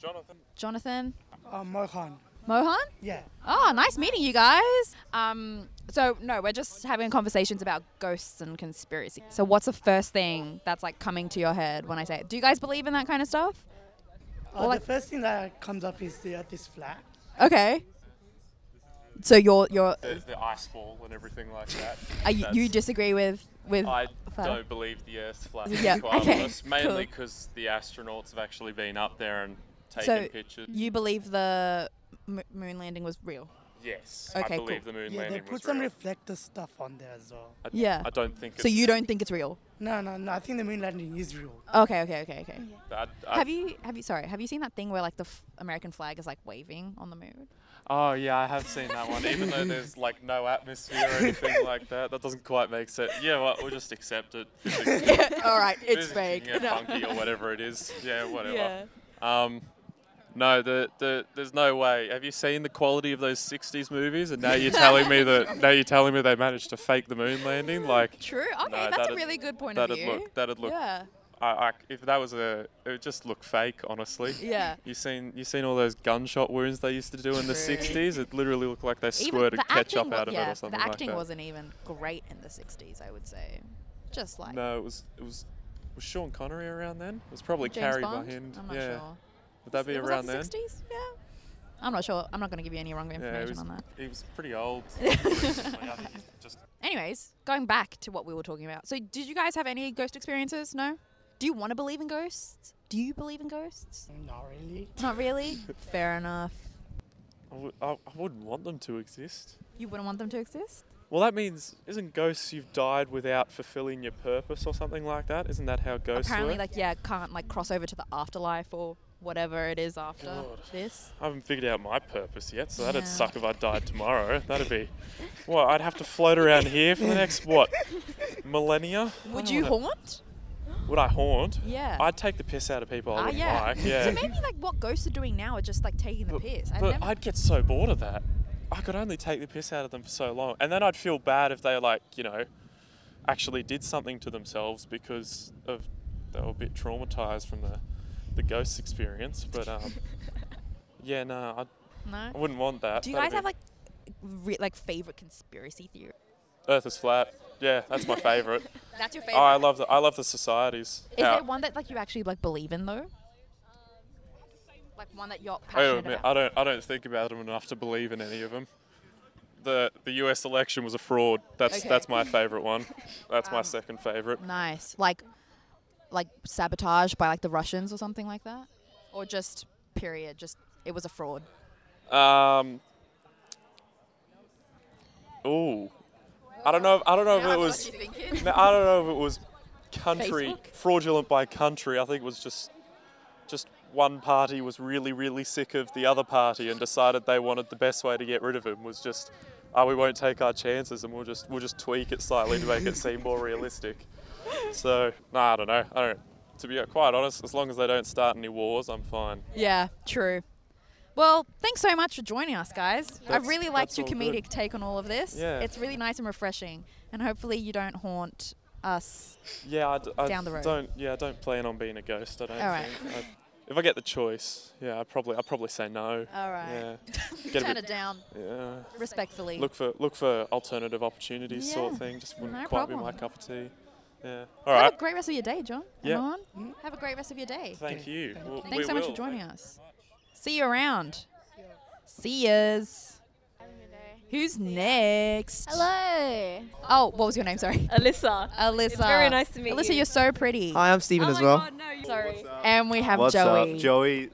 Speaker 1: Jonathan. Jonathan.
Speaker 11: Uh, Mohan.
Speaker 1: Mohan?
Speaker 12: Yeah.
Speaker 1: Oh, nice meeting you guys. Um, so no, we're just having conversations about ghosts and conspiracy. So what's the first thing that's like coming to your head when I say it? Do you guys believe in that kind of stuff?
Speaker 12: Uh, the first thing that comes up is the Earth is flat.
Speaker 1: Okay. So you're you're
Speaker 11: There's the ice fall and everything like that.
Speaker 1: are you, you disagree with with
Speaker 11: I
Speaker 1: flat?
Speaker 11: don't believe the Earth's flat.
Speaker 1: Yeah,
Speaker 11: to be quite
Speaker 1: okay,
Speaker 11: honest, mainly
Speaker 1: cool.
Speaker 11: because the astronauts have actually been up there and taken
Speaker 1: so
Speaker 11: pictures.
Speaker 1: you believe the m- moon landing was real?
Speaker 11: Yes,
Speaker 1: Okay,
Speaker 11: I
Speaker 1: cool.
Speaker 11: believe the moon
Speaker 12: Yeah, they
Speaker 11: landing
Speaker 12: put
Speaker 11: was
Speaker 12: some
Speaker 11: real.
Speaker 12: reflector stuff on there as well.
Speaker 11: I,
Speaker 1: yeah.
Speaker 11: I don't think.
Speaker 1: So
Speaker 11: it's-
Speaker 1: you don't think it's real?
Speaker 12: No, no, no. I think the moon landing is real.
Speaker 1: Okay, okay, okay, okay.
Speaker 11: I, I,
Speaker 1: Have you have you sorry have you seen that thing where like the f- American flag is like waving on the moon?
Speaker 11: Oh yeah, I have seen that one. Even though there's like no atmosphere or anything like that, that doesn't quite make sense. Yeah, well, we'll just accept it. Physics can-
Speaker 1: Yeah, all right, it's
Speaker 11: physics
Speaker 1: fake.
Speaker 11: Can get
Speaker 1: No.
Speaker 11: funky or whatever it is. Yeah, whatever. Um, no, the, the there's no way. Have you seen the quality of those '60s movies? And now you're telling me that now you're telling me they managed to fake the moon landing. Like
Speaker 1: Mm, True. Okay,
Speaker 11: no,
Speaker 1: that's a
Speaker 11: that'd-
Speaker 1: really good point of
Speaker 11: that'd
Speaker 1: view.
Speaker 11: Look, that'd look.
Speaker 1: Yeah.
Speaker 11: I, I, if that was a, it would just look fake, honestly.
Speaker 1: Yeah.
Speaker 11: You seen you seen all those gunshot wounds they used to do in the
Speaker 1: True.
Speaker 11: '60s? It literally looked like they
Speaker 1: Even
Speaker 11: squirted
Speaker 1: the
Speaker 11: ketchup
Speaker 1: acting wa-
Speaker 11: out of
Speaker 1: yeah,
Speaker 11: it or something
Speaker 1: The acting
Speaker 11: like that.
Speaker 1: wasn't even great in the 60s, I would say. Just like.
Speaker 11: No, it was it was was Sean Connery around then? It was probably
Speaker 1: James
Speaker 11: Carrie
Speaker 1: Bond?
Speaker 11: Behind.
Speaker 1: I'm not
Speaker 11: yeah.
Speaker 1: sure.
Speaker 11: Would that be
Speaker 1: It was
Speaker 11: around
Speaker 1: like
Speaker 11: then?
Speaker 1: the 60s? Yeah. I'm not sure. I'm not going to give you any wrong
Speaker 11: Yeah,
Speaker 1: information
Speaker 11: he was,
Speaker 1: on that.
Speaker 11: he was pretty old. Like, I think he just
Speaker 1: Anyways, going back to what we were talking about. So, did you guys have any ghost experiences? No? Do you want to believe in ghosts? Do you believe in ghosts?
Speaker 12: Not really.
Speaker 1: Not really? Fair enough.
Speaker 11: I, would, I, I wouldn't want them to exist.
Speaker 1: You wouldn't want them to exist?
Speaker 11: Well, that means isn't ghosts you've died without fulfilling your purpose or something like that? Isn't that how ghosts
Speaker 1: Apparently,
Speaker 11: work?
Speaker 1: like, yeah, can't, like, cross over to the afterlife or whatever it is after this.
Speaker 11: I haven't figured out my purpose yet, so that'd
Speaker 1: Yeah.
Speaker 11: suck if I died tomorrow. That'd be, well, I'd have to float around here for the next what millennia. I
Speaker 1: Would
Speaker 11: don't
Speaker 1: you
Speaker 11: wanna-
Speaker 1: haunt?
Speaker 11: Would I haunt?
Speaker 1: Yeah.
Speaker 11: I'd take the piss out of people I
Speaker 1: Ah,
Speaker 11: wouldn't
Speaker 1: yeah.
Speaker 11: like. Yeah.
Speaker 1: So maybe like what ghosts are doing now are just like taking the piss. I've
Speaker 11: but
Speaker 1: never.
Speaker 11: I'd get so bored of that. I could only take the piss out of them for so long, and then I'd feel bad if they like you know actually did something to themselves because of they were a bit traumatized from the the ghost experience. But um, yeah, no, I'd,
Speaker 1: No?
Speaker 11: I wouldn't want that.
Speaker 1: Do you
Speaker 11: That'd
Speaker 1: guys
Speaker 11: be-
Speaker 1: have like, re- like favorite conspiracy theory?
Speaker 11: Earth is flat? Yeah, that's my favorite.
Speaker 1: That's your
Speaker 11: Oh, I
Speaker 1: favourite?
Speaker 11: love the I love the societies.
Speaker 1: Is
Speaker 11: How-
Speaker 1: there one that like you actually like believe in though? Like one that you're
Speaker 11: I,
Speaker 1: passionate
Speaker 11: admit,
Speaker 1: about.
Speaker 11: I don't I don't think about them enough to believe in any of them. The the U.S. election was a fraud. That's
Speaker 1: Okay.
Speaker 11: that's my favorite one. That's my
Speaker 1: Um,
Speaker 11: second favorite.
Speaker 1: Nice. Like, like sabotage by like the Russians or something like that, or just period. Just it was a fraud.
Speaker 11: Um. Ooh. I don't know. If, I don't know if
Speaker 1: Now
Speaker 11: it
Speaker 1: I've
Speaker 11: was.
Speaker 1: got you thinking.
Speaker 11: No, I don't know if it was country
Speaker 1: Facebook?
Speaker 11: fraudulent by country. I think it was just just one party was really really sick of the other party and decided they wanted the best way to get rid of him was just oh we won't take our chances and we'll just we'll just tweak it slightly to make it seem more realistic. So no, I don't know. I don't. To be quite honest, as long as they don't start any wars, I'm fine.
Speaker 1: Yeah. True. Well, thanks so much for joining us, guys. I
Speaker 11: That's-
Speaker 1: really liked
Speaker 11: that's
Speaker 1: your
Speaker 11: all good.
Speaker 1: comedic take on all of this.
Speaker 11: Yeah.
Speaker 1: It's really nice and refreshing, and hopefully you don't haunt us.
Speaker 11: Yeah, I, d- I
Speaker 1: Down the road.
Speaker 11: don't. Yeah, I don't plan on being a ghost. I don't.
Speaker 1: All right.
Speaker 11: think. I, if I get the choice, yeah, I probably I probably say no.
Speaker 1: All right.
Speaker 11: Yeah.
Speaker 1: Turn it down.
Speaker 11: Yeah.
Speaker 1: Respectfully.
Speaker 11: Look for look for alternative opportunities, sort of
Speaker 1: Yeah,
Speaker 11: thing. Just wouldn't
Speaker 1: no
Speaker 11: quite be my
Speaker 1: problem.
Speaker 11: cup of tea. Yeah. All
Speaker 1: Have
Speaker 11: right.
Speaker 1: a great rest of your day, John.
Speaker 11: Yeah.
Speaker 1: Everyone,
Speaker 13: Mm-hmm.
Speaker 1: have a great rest of your day.
Speaker 11: Thank you. We'll-
Speaker 1: Thanks
Speaker 11: we
Speaker 1: so much for
Speaker 11: will.
Speaker 1: joining us. See you around. See yas. Who's next?
Speaker 14: Hello.
Speaker 1: Oh, what was your name? Sorry.
Speaker 14: Alyssa.
Speaker 1: Alyssa.
Speaker 14: It's very nice to meet
Speaker 1: Alyssa,
Speaker 14: you.
Speaker 1: you're so pretty.
Speaker 13: Hi, I'm
Speaker 1: Oh
Speaker 13: Stephen as well.
Speaker 14: Sorry.
Speaker 1: And we have
Speaker 13: What's
Speaker 1: Joey.
Speaker 13: up, Joey?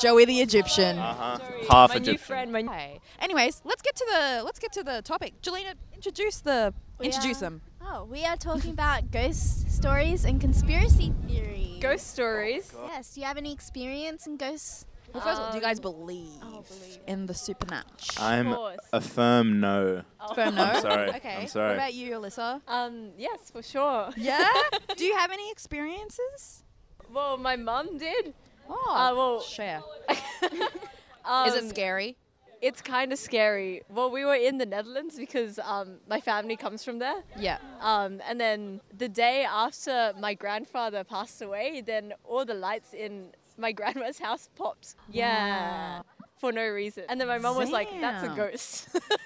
Speaker 1: Joey the Egyptian.
Speaker 13: Uh-huh. Half
Speaker 1: My new
Speaker 13: Egyptian.
Speaker 1: friend, Hey. Anyways, let's get to the let's get to the topic. Jelena, introduce the
Speaker 2: We
Speaker 1: introduce
Speaker 2: are-
Speaker 1: them.
Speaker 2: Oh, we are talking about ghost stories and conspiracy theories. Ghost
Speaker 14: stories?
Speaker 2: yes. Do you have any experience in ghosts? Um,
Speaker 1: Well, first of all, do you guys believe, in the supernatural?
Speaker 13: I'm a firm no.
Speaker 1: Firm no.
Speaker 13: I'm sorry.
Speaker 1: Oh. Okay.
Speaker 13: I'm sorry.
Speaker 1: What about you, Alyssa?
Speaker 14: Um, yes, for sure.
Speaker 1: Yeah. do you have any experiences?
Speaker 14: Well, my mum did.
Speaker 1: Oh,
Speaker 14: Uh, well,
Speaker 1: share.
Speaker 14: Um,
Speaker 1: Is it scary?
Speaker 14: It's kind of scary. Well, we were in the Netherlands because um, my family comes from there.
Speaker 1: Yeah.
Speaker 14: Um, and then the day after my grandfather passed away, then all the lights in my grandma's house popped. Yeah. for no reason. And then my mum was like, that's a
Speaker 1: Damn.
Speaker 14: ghost.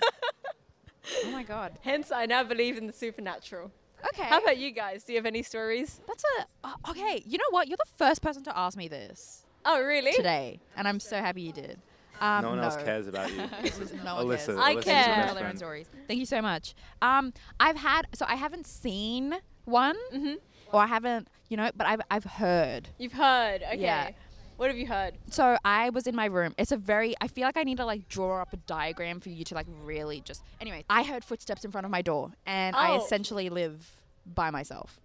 Speaker 1: oh my god.
Speaker 14: Hence, I now believe in the supernatural.
Speaker 1: Okay.
Speaker 14: How about you guys? Do you have any stories?
Speaker 1: That's a. oh, okay. You know what? You're the first person to ask me this
Speaker 14: Oh, really?
Speaker 1: today, and I'm so happy you did. Um,
Speaker 13: No one else cares about you.
Speaker 1: This is- no one
Speaker 13: Alyssa-
Speaker 1: cares.
Speaker 13: I Alyssa's your care. best
Speaker 1: Tell their own
Speaker 13: friend.
Speaker 1: stories. Thank you so much. Um, I've had so I haven't seen one,
Speaker 14: Mm-hmm.
Speaker 1: or I haven't, you know, but I've I've heard.
Speaker 14: You've heard. Okay.
Speaker 1: Yeah.
Speaker 14: What have you heard?
Speaker 1: So I was in my room. It's a very. I feel like I need to like draw up a diagram for you to like really just. Anyway, I heard footsteps in front of my door, and I
Speaker 14: Oh.
Speaker 1: essentially live by myself.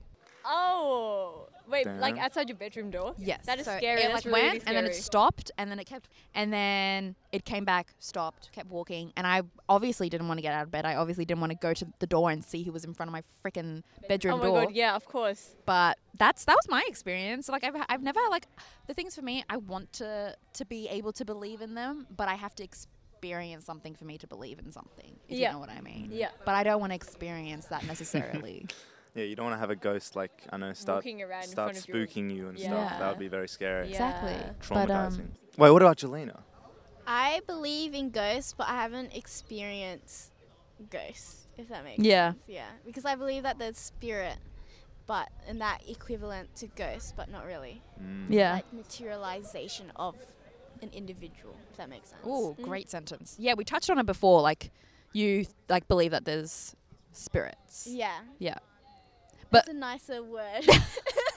Speaker 14: Oh, wait, like
Speaker 1: Damn.
Speaker 14: outside your bedroom door?
Speaker 1: Yes.
Speaker 14: That is
Speaker 1: So
Speaker 14: scary.
Speaker 1: It like
Speaker 14: That's really
Speaker 1: went and
Speaker 14: scary.
Speaker 1: then it stopped and then it kept and then it came back, stopped, kept walking, and I obviously didn't want to get out of bed. I obviously didn't want to go to the door and see who was in front of my freaking bedroom
Speaker 14: oh my
Speaker 1: door.
Speaker 14: god, yeah, of course.
Speaker 1: But that's that was my experience. Like I've I've never like the things for me. I want to to be able to believe in them, but I have to experience something for me to believe in something. If
Speaker 14: Yeah.
Speaker 1: you know what I mean.
Speaker 14: Yeah.
Speaker 1: But I don't want to experience that necessarily.
Speaker 13: Yeah, you don't want to have a ghost like I know start
Speaker 1: Walking around in
Speaker 13: start
Speaker 1: front of your-
Speaker 13: spooking you and
Speaker 1: Yeah.
Speaker 13: stuff. That would be very scary.
Speaker 1: Exactly.
Speaker 13: Traumatizing.
Speaker 1: But, um,
Speaker 13: Wait, what about Jelena?
Speaker 2: I believe in ghosts, but I haven't experienced ghosts, if that makes
Speaker 1: Yeah.
Speaker 2: sense. Yeah. Because I believe that there's spirit, but and that equivalent to ghosts, but not really.
Speaker 1: Mm. Yeah.
Speaker 2: Like materialization of an individual, if that makes sense. Mm.
Speaker 1: Oh, great sentence. Yeah, we touched on it before. Like, you like believe that there's spirits.
Speaker 2: Yeah.
Speaker 1: Yeah.
Speaker 2: But
Speaker 1: But-
Speaker 2: it's a nicer word.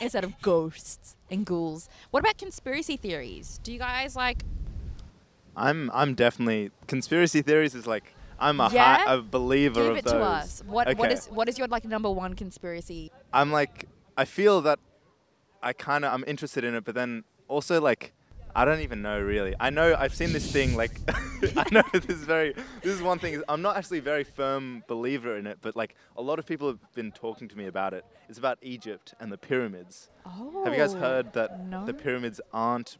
Speaker 1: Instead of ghosts and ghouls. What about conspiracy theories? Do you guys like?
Speaker 13: I'm I'm definitely conspiracy theories is like I'm a
Speaker 1: Yeah?
Speaker 13: hi- a believer
Speaker 1: Give
Speaker 13: of
Speaker 1: it
Speaker 13: those.
Speaker 1: to us. What
Speaker 13: okay.
Speaker 1: What is what is your like number one conspiracy?
Speaker 13: I'm like I feel that I kind of I'm interested in it, but then also like I don't even know really. I know I've seen this thing like I know this is very this is one thing is I'm not actually a very firm believer in it, but like a lot of people have been talking to me about it. It's about Egypt and the pyramids. Have you guys
Speaker 1: Oh,
Speaker 13: heard that
Speaker 1: no.
Speaker 13: the pyramids aren't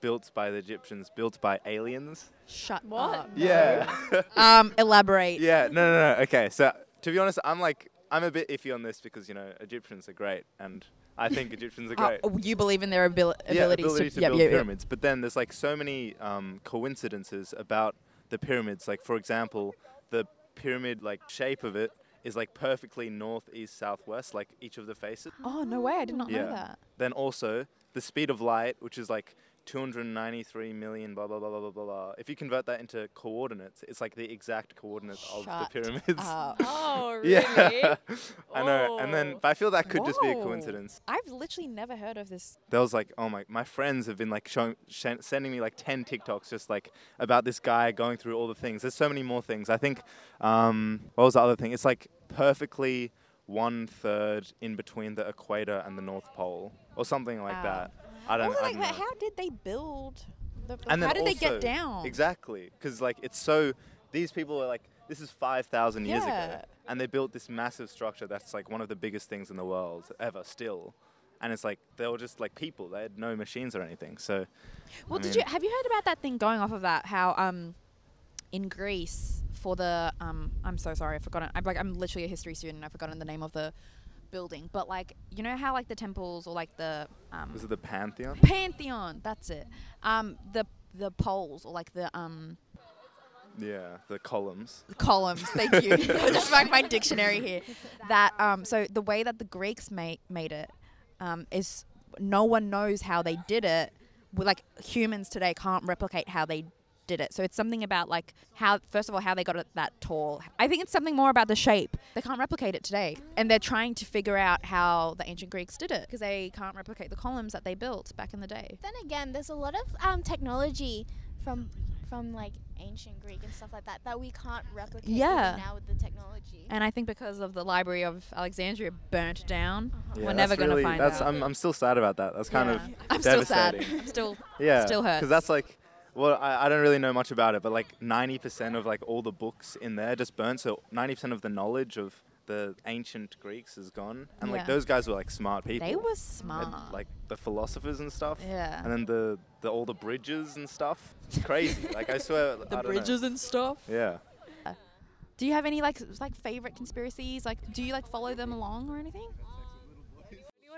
Speaker 13: built by the Egyptians, built by aliens?
Speaker 1: Shut
Speaker 14: What?
Speaker 1: up.
Speaker 13: Yeah.
Speaker 1: um, elaborate.
Speaker 13: Yeah, no, no, no. Okay, so to be honest, I'm like, I'm a bit iffy on this because you know Egyptians are great, and I think Egyptians are
Speaker 1: Uh,
Speaker 13: great.
Speaker 1: you believe in their abil-
Speaker 13: yeah,
Speaker 1: abilities
Speaker 13: ability to,
Speaker 1: yeah,
Speaker 13: build
Speaker 1: yeah, yeah.
Speaker 13: pyramids. But then there's like so many um, coincidences about the pyramids. Like for example, the pyramid like shape of it is like perfectly north, east, southwest, like each of the faces.
Speaker 1: Oh no way! I did not
Speaker 13: yeah.
Speaker 1: know that.
Speaker 13: Then also the speed of light, which is like 293 million, blah blah blah blah blah blah. blah. If you convert that into coordinates, it's like the exact coordinates of
Speaker 1: Shut
Speaker 13: the pyramids.
Speaker 1: up.
Speaker 14: Oh,
Speaker 13: Yeah, I know. And
Speaker 1: Oh.
Speaker 13: then, but I feel that could just be a
Speaker 1: Whoa.
Speaker 13: coincidence.
Speaker 1: I've literally never heard of this.
Speaker 13: There was like, oh my, my friends have been like showing, sh- sending me like 10 TikToks just like about this guy going through all the things. There's so many more things. I think, um, what was the other thing? It's like perfectly one third in between the equator and the North Pole or something like
Speaker 1: Wow.
Speaker 13: that. I don't,
Speaker 1: Oh. Also,
Speaker 13: I
Speaker 1: like,
Speaker 13: don't
Speaker 1: but
Speaker 13: know.
Speaker 1: how did they build? The, how did they
Speaker 13: also-
Speaker 1: get down?
Speaker 13: Exactly, because like it's so. These people are like, this is five thousand years ago,
Speaker 1: Yeah.
Speaker 13: and they built this massive structure that's like one of the biggest things in the world ever, still. And it's like they were just like people; they had no machines or anything. So,
Speaker 1: Well,
Speaker 13: I
Speaker 1: did you
Speaker 13: mean-
Speaker 1: have you heard about that thing going off of that? How um, in Greece for the um, I'm so sorry, I've forgotten. I'm like I'm literally a history student. I've forgotten the name of the building, but like you know how like the temples or like the um,
Speaker 13: was it the Pantheon?
Speaker 1: pantheon? That's it. Um, the the poles or like the um
Speaker 13: Yeah, the columns.
Speaker 1: columns. Thank you. I just found my dictionary here. That um, so the way that the Greeks made made it um, is no one knows how they did it. We- Like humans today can't replicate how they did it. So it's something about like how first of all how they got it that tall. I think it's something more about the shape. They can't replicate it today, and they're trying to figure out how the ancient Greeks did it because they can't replicate the columns that they built back in the day.
Speaker 2: then again, there's a lot of um, technology from from like ancient Greek and stuff like that that we can't replicate even
Speaker 1: Yeah.
Speaker 2: now with the technology.
Speaker 1: And I think because of the Library of Alexandria burnt down,
Speaker 13: Yeah,
Speaker 1: we're
Speaker 13: that's
Speaker 1: never
Speaker 13: really-
Speaker 1: gonna find
Speaker 13: that's,
Speaker 1: out.
Speaker 13: I'm, I'm still sad about that. That's kind of
Speaker 1: I'm still sad.
Speaker 13: devastating.
Speaker 1: I'm still
Speaker 13: yeah,
Speaker 1: still hurt.
Speaker 13: because that's like. Well, I, I don't really know much about it, but like 90% of like all the books in there just burnt. So 90% of the knowledge of the ancient Greeks is gone, and like
Speaker 1: Yeah.
Speaker 13: those guys were like smart people.
Speaker 1: They were
Speaker 13: And,
Speaker 1: smart.
Speaker 13: like the philosophers and stuff.
Speaker 1: Yeah.
Speaker 13: And then the, the all the bridges and stuff. It's crazy. like I swear. I
Speaker 1: The
Speaker 13: don't know.
Speaker 1: bridges and stuff.
Speaker 13: Yeah.
Speaker 1: Do you have any like s- like favorite conspiracies? Like, do you like follow them along or anything?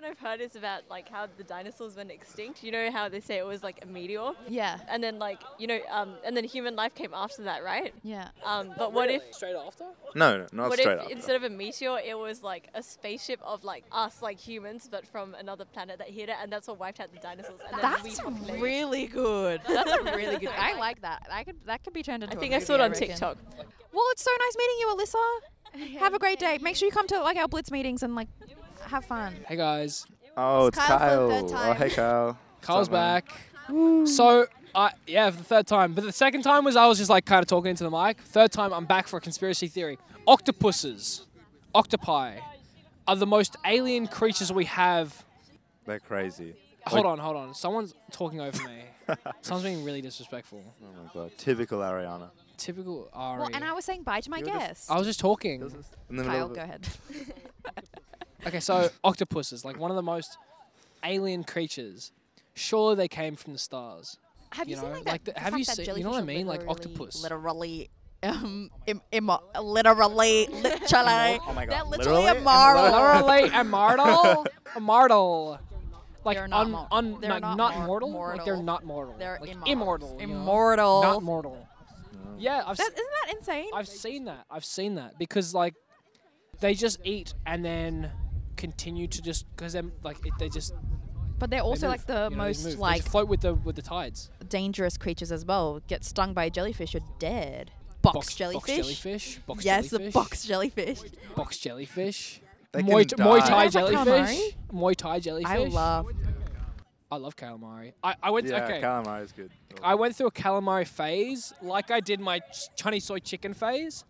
Speaker 15: one I've heard is about like how the dinosaurs went extinct. You know how they say it was like a meteor.
Speaker 1: Yeah.
Speaker 15: And then like you know, um, and then human life came after that, right?
Speaker 1: Yeah.
Speaker 15: Um, but what if
Speaker 3: Really? straight after?
Speaker 13: No, no, not
Speaker 15: what
Speaker 13: straight
Speaker 15: if
Speaker 13: up.
Speaker 15: instead of a meteor, it was like a spaceship of like us, like humans, but from another planet that hit it, and that's what wiped out the dinosaurs. And then we
Speaker 1: That's
Speaker 15: populated.
Speaker 1: really good. That's a really good. I like that. I could. That could be turned into. a
Speaker 15: think I saw
Speaker 1: movie,
Speaker 15: it on
Speaker 1: reckon.
Speaker 15: TikTok.
Speaker 1: Well, it's so nice meeting you, Alyssa. Have a great day. Make sure you come to like our Blitz meetings and like have fun.
Speaker 3: Hey guys.
Speaker 13: Oh, it's
Speaker 1: Kyle for
Speaker 13: Kyle.
Speaker 1: the third
Speaker 13: Oh, hey,
Speaker 1: time.
Speaker 13: Kyle. What's
Speaker 3: Carl's
Speaker 13: up, man?
Speaker 3: back. So, I yeah, for the third time. But the second time was I was just like kind of talking into the mic. Third time, I'm back for a conspiracy theory. Octopuses, octopi, are the most alien creatures we have.
Speaker 13: They're crazy.
Speaker 3: Hold
Speaker 13: Like-
Speaker 3: on, hold on. Someone's talking over me. Someone's being really disrespectful.
Speaker 13: Oh my god. Typical Ariana.
Speaker 3: Typical Ari.
Speaker 1: Well, and I was saying bye to my guest.
Speaker 3: I was just talking.
Speaker 13: In the middle
Speaker 1: Kyle,
Speaker 13: of
Speaker 1: go
Speaker 13: it.
Speaker 1: ahead.
Speaker 3: Okay, so octopuses, like one of the most alien creatures. Surely they came from the stars.
Speaker 1: Have you,
Speaker 3: know?
Speaker 1: seen like that?
Speaker 3: the,
Speaker 1: the
Speaker 3: have
Speaker 1: fact
Speaker 3: you
Speaker 1: that
Speaker 3: seen? You know what I
Speaker 1: jellyfish are
Speaker 3: mean? Like
Speaker 1: literally-
Speaker 3: octopus.
Speaker 1: Literally. Um, Im- immo- literally, literally.
Speaker 13: Oh my
Speaker 1: They're
Speaker 13: God,
Speaker 1: literally,
Speaker 13: literally?
Speaker 1: immoral.
Speaker 3: Literally immortal. immortal. Like
Speaker 1: They're not
Speaker 3: un,
Speaker 1: mor-
Speaker 3: un,
Speaker 1: they're
Speaker 3: no,
Speaker 1: not
Speaker 3: not,
Speaker 1: mor-
Speaker 3: mortal? Like they're
Speaker 1: mortal.
Speaker 3: not mortal.
Speaker 1: They're
Speaker 3: like
Speaker 1: immortals.
Speaker 3: immortal. you know?
Speaker 1: Immortal.
Speaker 3: Not mortal. Yeah, I've
Speaker 1: That,
Speaker 3: s-
Speaker 1: isn't that insane?
Speaker 3: I've seen that. I've seen that because like they just eat and then continue to just because they're like it, they just.
Speaker 1: But they're
Speaker 3: they
Speaker 1: also, like,
Speaker 3: move,
Speaker 1: the
Speaker 3: you know, they
Speaker 1: most,
Speaker 3: just move. They just
Speaker 1: like-
Speaker 3: float with the with the tides.
Speaker 1: Dangerous creatures as well. Get stung by a jellyfish, you're dead. Box, jellyfish.
Speaker 3: Box jellyfish. Box
Speaker 1: yes,
Speaker 3: jellyfish.
Speaker 1: the box jellyfish.
Speaker 3: box jellyfish.
Speaker 13: They
Speaker 3: Muay,
Speaker 13: can
Speaker 3: Th- Muay
Speaker 13: die.
Speaker 3: Thai
Speaker 13: Is that
Speaker 3: jellyfish.
Speaker 1: calamari?
Speaker 3: Muay Thai jellyfish.
Speaker 1: love-
Speaker 3: I love calamari. I, I went.
Speaker 13: Yeah,
Speaker 3: okay.
Speaker 13: calamari is good.
Speaker 3: I went through a calamari phase, like I did my ch- chunny soy chicken phase.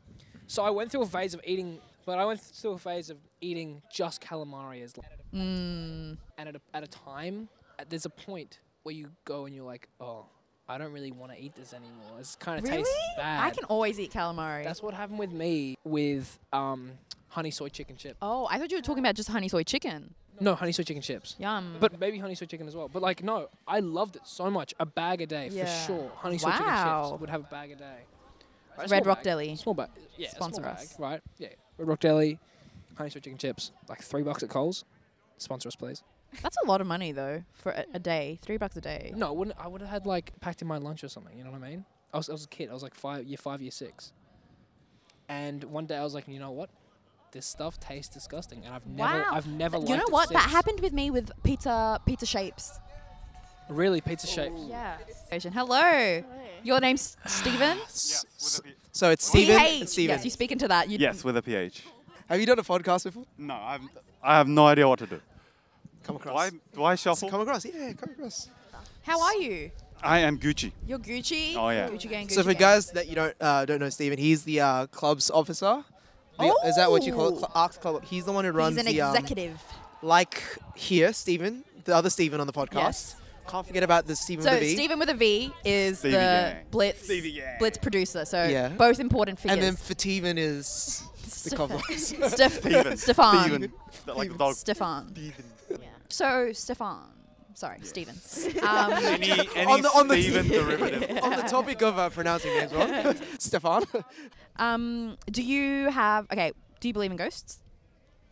Speaker 3: So I went through a phase of eating, but I went through a phase of eating just calamari as like,
Speaker 1: Mm.
Speaker 3: and at a, at a time, at, there's a point where you go and you're like, oh, I don't really want to eat this anymore. It's kind of
Speaker 1: Really?
Speaker 3: tastes bad.
Speaker 1: I can always eat calamari.
Speaker 3: That's what happened with me with um, honey soy chicken chip.
Speaker 1: Oh, I thought you were talking about just honey soy chicken.
Speaker 3: No, honey soy chicken chips.
Speaker 1: Yum.
Speaker 3: But maybe honey soy chicken as well. But like, no, I loved it so much. A bag a day
Speaker 1: Yeah.
Speaker 3: for sure. Honey soy chicken
Speaker 1: Wow.
Speaker 3: chips would have a bag a day. Right,
Speaker 1: Red
Speaker 3: small
Speaker 1: Rock
Speaker 3: bag.
Speaker 1: Deli.
Speaker 3: Small bag. Yeah, a small
Speaker 1: Sponsor
Speaker 3: bag,
Speaker 1: us.
Speaker 3: right? Yeah. Red Rock Deli, honey soy chicken chips, like three bucks at Coles. Sponsor us, please.
Speaker 1: That's a lot of money though for a, a day. Three bucks a day.
Speaker 3: No, I wouldn't. I would have had like packed in my lunch or something. You know what I mean? I was, I was a kid. I was like five, year five, year six. And one day I was like, you know what? This stuff tastes disgusting, and I've never,
Speaker 1: Wow.
Speaker 3: I've never
Speaker 1: Th-
Speaker 3: liked
Speaker 1: You know
Speaker 3: it
Speaker 1: what? That
Speaker 3: since.
Speaker 1: happened with me with pizza pizza shapes.
Speaker 3: Really, pizza shape.
Speaker 1: Yeah. Hello. Your name's Stephen.
Speaker 16: So it's
Speaker 1: P
Speaker 16: Steven.
Speaker 1: H.
Speaker 16: it's Steven.
Speaker 1: Yes, you speak into that. You
Speaker 16: Yes,
Speaker 17: with a PH.
Speaker 16: Have you done a podcast before?
Speaker 17: No, I'm. I have no idea what to do.
Speaker 16: Come across.
Speaker 17: Why, why shuffle?
Speaker 16: Come across. Yeah, come across.
Speaker 1: How are you?
Speaker 17: I am Gucci.
Speaker 1: You're Gucci.
Speaker 16: Oh, yeah.
Speaker 1: Gucci gang. Gucci
Speaker 16: So for
Speaker 1: gang.
Speaker 16: guys that you don't uh, don't know Steven, he's the uh, club's officer. The- Is that what you call it? Cl- Arcs Club. He's the one who runs
Speaker 1: Oh. He's an
Speaker 16: the um,
Speaker 1: executive.
Speaker 16: like here, Steven, the other Steven on the podcast. Can't forget about the Steven
Speaker 1: so
Speaker 16: with a V.
Speaker 1: Stephen with a V is
Speaker 16: Stevie
Speaker 1: the
Speaker 16: gang.
Speaker 1: Blitz Blitz producer. So
Speaker 16: Yeah.
Speaker 1: both important figures.
Speaker 16: and then Fativen is the cover.
Speaker 1: Stefan. Stefan. Stefan. So Stefan. Sorry, Stephen. Um,
Speaker 16: on the, on the
Speaker 1: Steven
Speaker 17: derivative.
Speaker 16: on the topic of uh, pronouncing names wrong, Stefan.
Speaker 1: Um, do you have okay? Do you believe in ghosts?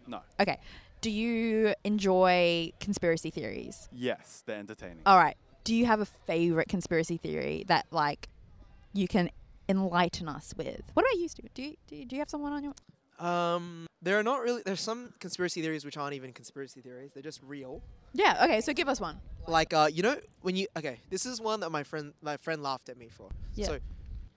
Speaker 17: No.
Speaker 1: Okay. Do you enjoy conspiracy theories?
Speaker 17: Yes, they're entertaining.
Speaker 1: All right. Do you have a favorite conspiracy theory that like you can enlighten us with? What about you, Stuart? Do you do you, do you have someone on your?
Speaker 16: Um, there are not really. There's some conspiracy theories which aren't even conspiracy theories. They're just real.
Speaker 1: Yeah. Okay. So give us one.
Speaker 16: Like, uh, you know, when you okay, this is one that my friend my friend laughed at me for.
Speaker 1: Yeah.
Speaker 16: So,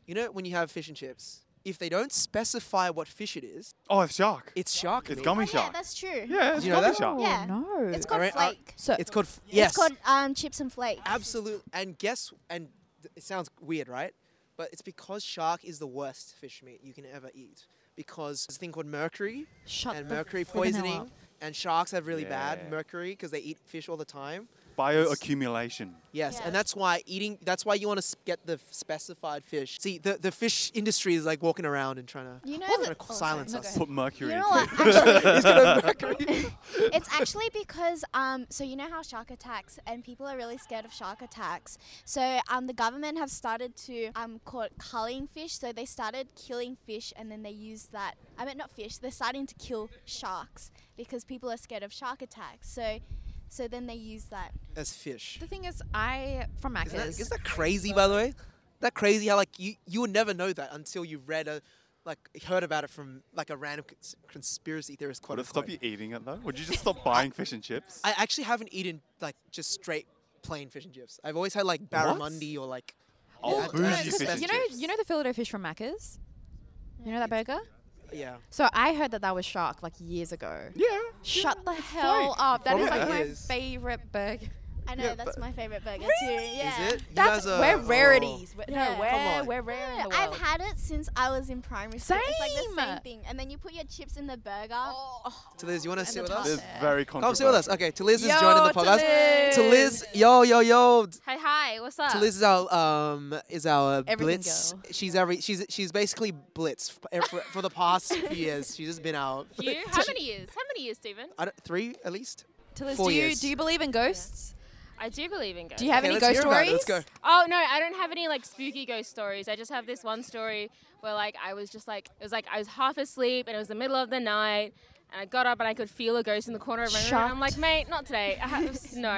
Speaker 16: you know, when you have fish and chips, if they don't specify what fish it is,
Speaker 17: Oh, it's shark.
Speaker 16: It's shark.
Speaker 17: It's
Speaker 16: meat.
Speaker 17: gummy shark.
Speaker 1: Oh,
Speaker 2: that's true.
Speaker 16: Yeah, it's
Speaker 2: you
Speaker 16: You know
Speaker 2: know
Speaker 16: that?
Speaker 2: that?
Speaker 16: gummy shark.
Speaker 2: Yeah.
Speaker 1: No.
Speaker 2: It's called
Speaker 16: Alright, uh,
Speaker 2: flake.
Speaker 1: So
Speaker 16: it's called f- yes.
Speaker 2: It's called um, chips and flakes.
Speaker 16: Absolute. And guess, and th- it sounds weird, right? But it's because shark is the worst fish meat you can ever eat because there's a thing called mercury
Speaker 1: Shut
Speaker 16: and
Speaker 1: the
Speaker 16: mercury
Speaker 1: flippin' hell
Speaker 16: poisoning,
Speaker 1: up.
Speaker 16: and sharks have really
Speaker 1: Yeah.
Speaker 16: bad mercury because they eat fish all the time.
Speaker 17: Bioaccumulation.
Speaker 16: Yes, and that's why eating. That's why you want to get the f- specified fish. See, the, the fish industry is like walking around and trying to
Speaker 2: You know
Speaker 16: trying
Speaker 2: that-
Speaker 16: to
Speaker 2: oh, sorry.
Speaker 16: silence
Speaker 2: No,
Speaker 16: us.
Speaker 17: Put mercury.
Speaker 2: You
Speaker 17: in
Speaker 2: know what?
Speaker 17: place.
Speaker 2: Actually,
Speaker 16: mercury.
Speaker 2: it's actually because um, so you know how shark attacks and people are really scared of shark attacks. So um, the government have started to um, call it culling fish. So they started killing fish and then they use that. I mean, not fish. They're starting to kill sharks because people are scared of shark attacks. So, so then they use that.
Speaker 16: as fish.
Speaker 1: The thing is, I from
Speaker 16: Isn't that-
Speaker 1: Macca's.
Speaker 16: isn't that crazy, by the way? That crazy how like you you would never know that until you read a like heard about it from like a random cons- conspiracy theorist quote.
Speaker 17: Would it
Speaker 16: unquote.
Speaker 17: stop you eating it though? Would you just stop buying fish and chips?
Speaker 16: I actually haven't eaten like just straight plain fish and chips. I've always had like barramundi or like
Speaker 17: Oh,
Speaker 16: yeah, I- I
Speaker 17: bougie
Speaker 16: don't know,
Speaker 17: fish and
Speaker 1: you know, you know the Fillet fish from Macca's. You know that burger?
Speaker 16: Yeah.
Speaker 1: So I heard that that was shark like years ago.
Speaker 16: Yeah.
Speaker 1: Shut the hell up. That
Speaker 16: From
Speaker 1: is like my
Speaker 16: Macca's.
Speaker 1: favorite burger.
Speaker 2: I know
Speaker 1: Yeah,
Speaker 2: that's
Speaker 1: but-
Speaker 2: my favorite burger too.
Speaker 1: Really?
Speaker 2: Yeah.
Speaker 16: Is it? You
Speaker 1: That's-
Speaker 16: guys are,
Speaker 1: we're
Speaker 16: oh.
Speaker 1: rarities. We're- no,
Speaker 2: Yeah.
Speaker 1: we're- Come on. we're
Speaker 2: rare
Speaker 1: in the
Speaker 2: I've
Speaker 1: world.
Speaker 2: had it since I was in primary school. It's like the
Speaker 1: Same. Oh.
Speaker 2: same thing. And then you put your chips in the burger.
Speaker 16: To Liz, you want to
Speaker 2: And
Speaker 16: sit
Speaker 2: the
Speaker 16: with us?
Speaker 2: This
Speaker 17: is very
Speaker 16: Come sit with us.
Speaker 17: controversial.
Speaker 16: Okay, To Liz is
Speaker 17: Yo,
Speaker 16: joining the
Speaker 17: To
Speaker 16: podcast. To
Speaker 17: Liz.
Speaker 16: Liz, yo, yo, yo.
Speaker 14: Hi, hi. What's up?
Speaker 16: To Liz is our um is our
Speaker 14: Everything
Speaker 16: blitz. She's every she's she's basically blitz f- for, for the past few years. She's just been out.
Speaker 14: You? How many years? How many years, Stephen?
Speaker 16: I don't, three at least.
Speaker 1: To Liz,
Speaker 16: Four
Speaker 1: do you
Speaker 16: years.
Speaker 1: do you believe in ghosts?
Speaker 14: I do believe in ghosts.
Speaker 1: Do you have
Speaker 16: Okay,
Speaker 1: any
Speaker 16: let's
Speaker 1: ghost
Speaker 16: hear about it.
Speaker 1: stories?
Speaker 16: Let's go.
Speaker 14: Oh no, I don't have any like spooky ghost stories. I just have this one story where like I was just like it was like I was half asleep and it was the middle of the night and I got up and I could feel a ghost in the corner of my room. And I'm like, mate, not today. I ha- no.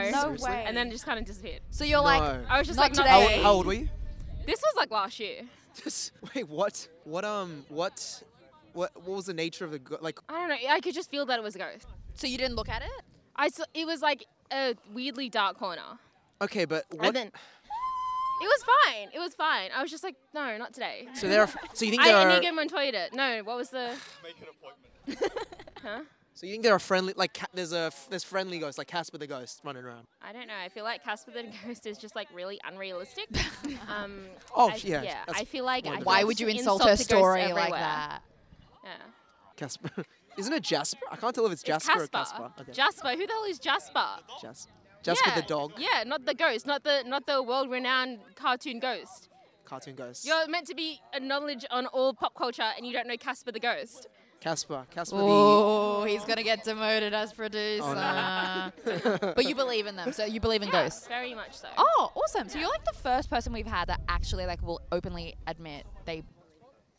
Speaker 1: No Seriously? way.
Speaker 14: And then it just kind of disappeared.
Speaker 1: So you're like,
Speaker 16: No.
Speaker 14: I was just
Speaker 1: "Not
Speaker 14: like, not
Speaker 1: today."
Speaker 14: today.
Speaker 16: How, how old were you?
Speaker 14: This was like last year.
Speaker 16: Just wait. What? What? Um. What? What? What was the nature of the go- like?
Speaker 14: I don't know. I could just feel that it was a ghost.
Speaker 1: So you didn't look at it?
Speaker 14: I saw, it was like a weirdly dark corner.
Speaker 16: Okay, but
Speaker 14: And
Speaker 16: what?
Speaker 14: then it was fine. It was fine. I was just like, no, not today.
Speaker 16: So there are f- so you think
Speaker 14: I
Speaker 16: there
Speaker 14: I
Speaker 16: are-
Speaker 14: Inigo Montoya'd it. No, what was the? Make an appointment. huh?
Speaker 16: So you think there are friendly like ca- there's a f- there's friendly ghosts like Casper the ghost running around.
Speaker 14: I don't know. I feel like Casper the Ghost is just like really unrealistic. um,
Speaker 16: Oh,
Speaker 14: I,
Speaker 16: yeah,
Speaker 14: Yeah.
Speaker 16: that's
Speaker 14: I feel like. I
Speaker 16: wonderful.
Speaker 1: Why
Speaker 14: feel
Speaker 1: would you
Speaker 14: just
Speaker 1: insult her
Speaker 14: the ghosts
Speaker 1: story like
Speaker 14: everywhere.
Speaker 1: that?
Speaker 14: Yeah.
Speaker 16: Casper. Isn't it Jasper? I can't tell if it's
Speaker 14: It's
Speaker 16: Jasper or
Speaker 14: Casper.
Speaker 16: Casper. Okay.
Speaker 14: Jasper. Who the hell is Jasper?
Speaker 16: Jas- Jasper
Speaker 14: yeah.
Speaker 16: the dog.
Speaker 14: Yeah, not the ghost, not the not the world-renowned cartoon ghost.
Speaker 16: Cartoon ghost.
Speaker 14: You're meant to be a knowledge on all pop culture, and you don't know Casper the ghost.
Speaker 16: Casper. Casper
Speaker 1: Oh, he's gonna get demoted as producer.
Speaker 16: Oh,
Speaker 1: but you believe in them, so you believe in
Speaker 14: Yeah,
Speaker 1: ghosts.
Speaker 14: Very much so.
Speaker 1: Oh, awesome! So you're like the first person we've had that actually like will openly admit they.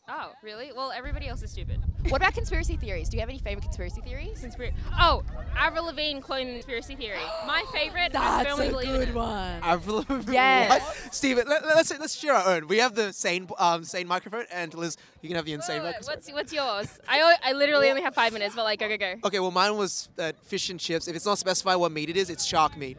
Speaker 14: Oh, really? Well, everybody else is stupid.
Speaker 1: What about conspiracy theories? Do you have any favorite conspiracy theories?
Speaker 14: Conspiracy. Oh, Avril Lavigne clone conspiracy theory. My favorite. I
Speaker 1: That's
Speaker 14: firmly
Speaker 1: a
Speaker 14: believe in
Speaker 1: good
Speaker 14: it.
Speaker 1: one.
Speaker 16: the. Avril.
Speaker 1: Yes.
Speaker 16: What? Steven, let, let's let's share our own. We have the sane um sane microphone, and Liz, you can have the insane
Speaker 14: Wait,
Speaker 16: microphone.
Speaker 14: What's what's yours? I o- I literally only have five minutes, but like go go go.
Speaker 16: Okay, well, mine was uh, fish and chips. If it's not specified what meat it is, it's shark meat.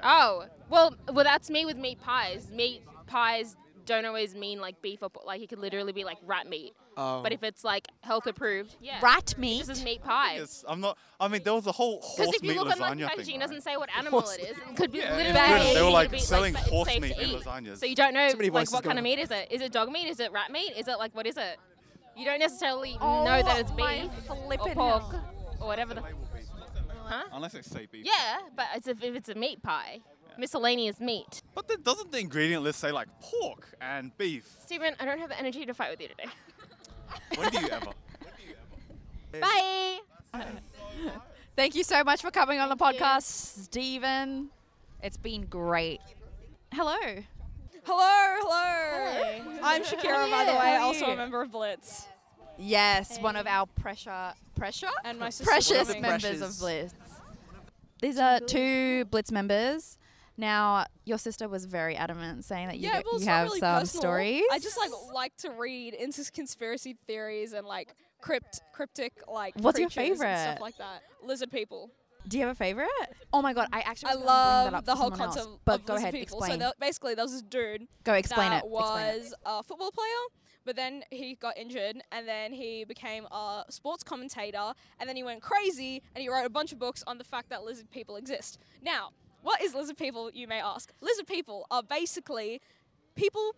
Speaker 14: Oh, well, well that's me with meat pies. Meat pies don't always mean like beef or pork. like it could literally be like rat meat.
Speaker 17: Oh.
Speaker 14: But if it's like health approved, yeah.
Speaker 1: Rat
Speaker 14: meat. This is meat pie.
Speaker 17: Yes, I'm not. I mean, there was a whole
Speaker 14: Because
Speaker 17: horse
Speaker 14: if you
Speaker 17: meat
Speaker 14: look on like, the
Speaker 17: lasagna
Speaker 14: packaging,
Speaker 17: thing.
Speaker 14: it
Speaker 17: right?
Speaker 14: doesn't say what animal it is. It could be
Speaker 17: Yeah,
Speaker 14: literally.
Speaker 17: yeah, they were
Speaker 14: anything
Speaker 17: like
Speaker 14: to be,
Speaker 17: selling
Speaker 14: sa- it's
Speaker 17: horse
Speaker 14: safe to
Speaker 17: meat in
Speaker 14: eat.
Speaker 17: lasagnas.
Speaker 14: So you don't know
Speaker 17: So many
Speaker 14: like
Speaker 17: voices
Speaker 14: what
Speaker 17: going
Speaker 14: kind of meat is it? Is it dog meat? Is it rat meat? Is it like what is it? You don't necessarily know that it's
Speaker 1: my
Speaker 14: beef or
Speaker 1: flippin'
Speaker 14: pork
Speaker 1: hell.
Speaker 14: or whatever. The, huh?
Speaker 17: Unless it's say beef.
Speaker 14: Yeah, but it's if, if it's a meat pie, miscellaneous meat.
Speaker 17: But then doesn't the ingredient list say like pork and beef?
Speaker 14: Stephen, I don't have the energy to fight with you today.
Speaker 17: When do you ever?
Speaker 14: Bye.
Speaker 1: Thank you so much for coming on the podcast, Stephen. It's been great. Hello.
Speaker 18: Hello, hello. I'm Shakira, by the
Speaker 1: How
Speaker 18: way,
Speaker 1: are
Speaker 18: also
Speaker 1: you?
Speaker 18: a member of Blitz.
Speaker 1: Yes, one of our pressure, pressure,
Speaker 18: And my sister
Speaker 1: precious
Speaker 18: Dominic.
Speaker 1: members of Blitz. These are two Blitz members. Now, your sister was very adamant saying that you,
Speaker 18: yeah,
Speaker 1: g-
Speaker 18: well, it's
Speaker 1: you
Speaker 18: not
Speaker 1: have
Speaker 18: really
Speaker 1: some
Speaker 18: personal.
Speaker 1: stories.
Speaker 18: I just like like to read into conspiracy theories and like crypt cryptic like
Speaker 1: What's your
Speaker 18: creatures and
Speaker 1: favorite?
Speaker 18: stuff like that. Lizard people.
Speaker 1: Do you have a favorite? Oh my god, I actually
Speaker 18: I
Speaker 1: was gonna bring
Speaker 18: love
Speaker 1: that up
Speaker 18: the
Speaker 1: to
Speaker 18: whole
Speaker 1: someone else,
Speaker 18: concept
Speaker 1: But
Speaker 18: of
Speaker 1: go
Speaker 18: lizard
Speaker 1: ahead,
Speaker 18: people.
Speaker 1: explain.
Speaker 18: So there, basically, there was this dude.
Speaker 1: Go, explain
Speaker 18: that
Speaker 1: it, explain it.
Speaker 18: Was a football player, but then he got injured, and then he became a sports commentator, and then he went crazy, and he wrote a bunch of books on the fact that lizard people exist. Now, what is lizard people? You may ask. Lizard people are basically people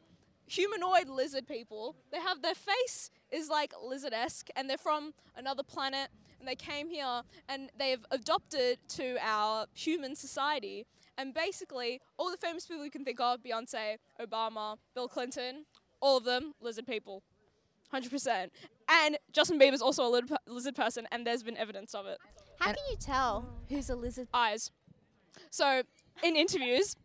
Speaker 18: humanoid lizard people. They have their face is like lizard-esque, and they're from another planet, and they came here, and they've adopted to our human society, And basically, all the famous people you can think of Beyonce, Obama, Bill Clinton, all of them lizard people. 100%. And Justin Bieber's also a lid- lizard person, and there's been evidence of it.
Speaker 2: How can you tell who's a lizard?
Speaker 18: Eyes. So, in interviews,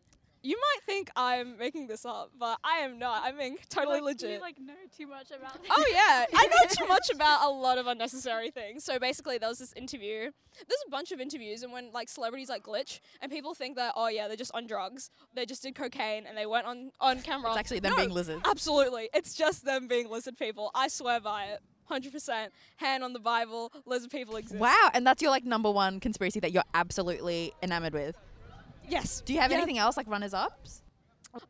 Speaker 18: you might think I'm making this up, but I am not. I'm being totally
Speaker 4: like,
Speaker 18: legit.
Speaker 4: You like know too much about.
Speaker 18: Oh yeah, I know too much about a lot of unnecessary things. So basically, there was this interview. There's a bunch of interviews, and when like celebrities like glitch, and people think that oh yeah, they're just on drugs, they just did cocaine, and they weren't on on camera.
Speaker 1: It's actually them
Speaker 18: No,
Speaker 1: being lizards.
Speaker 18: Absolutely, it's just them being lizard people. I swear by it. Hundred percent. Hand on the Bible, lizard people exist.
Speaker 1: Wow, and that's your like number one conspiracy that you're absolutely enamored with.
Speaker 18: Yes.
Speaker 1: Do you have
Speaker 18: Yeah.
Speaker 1: anything else like runners ups?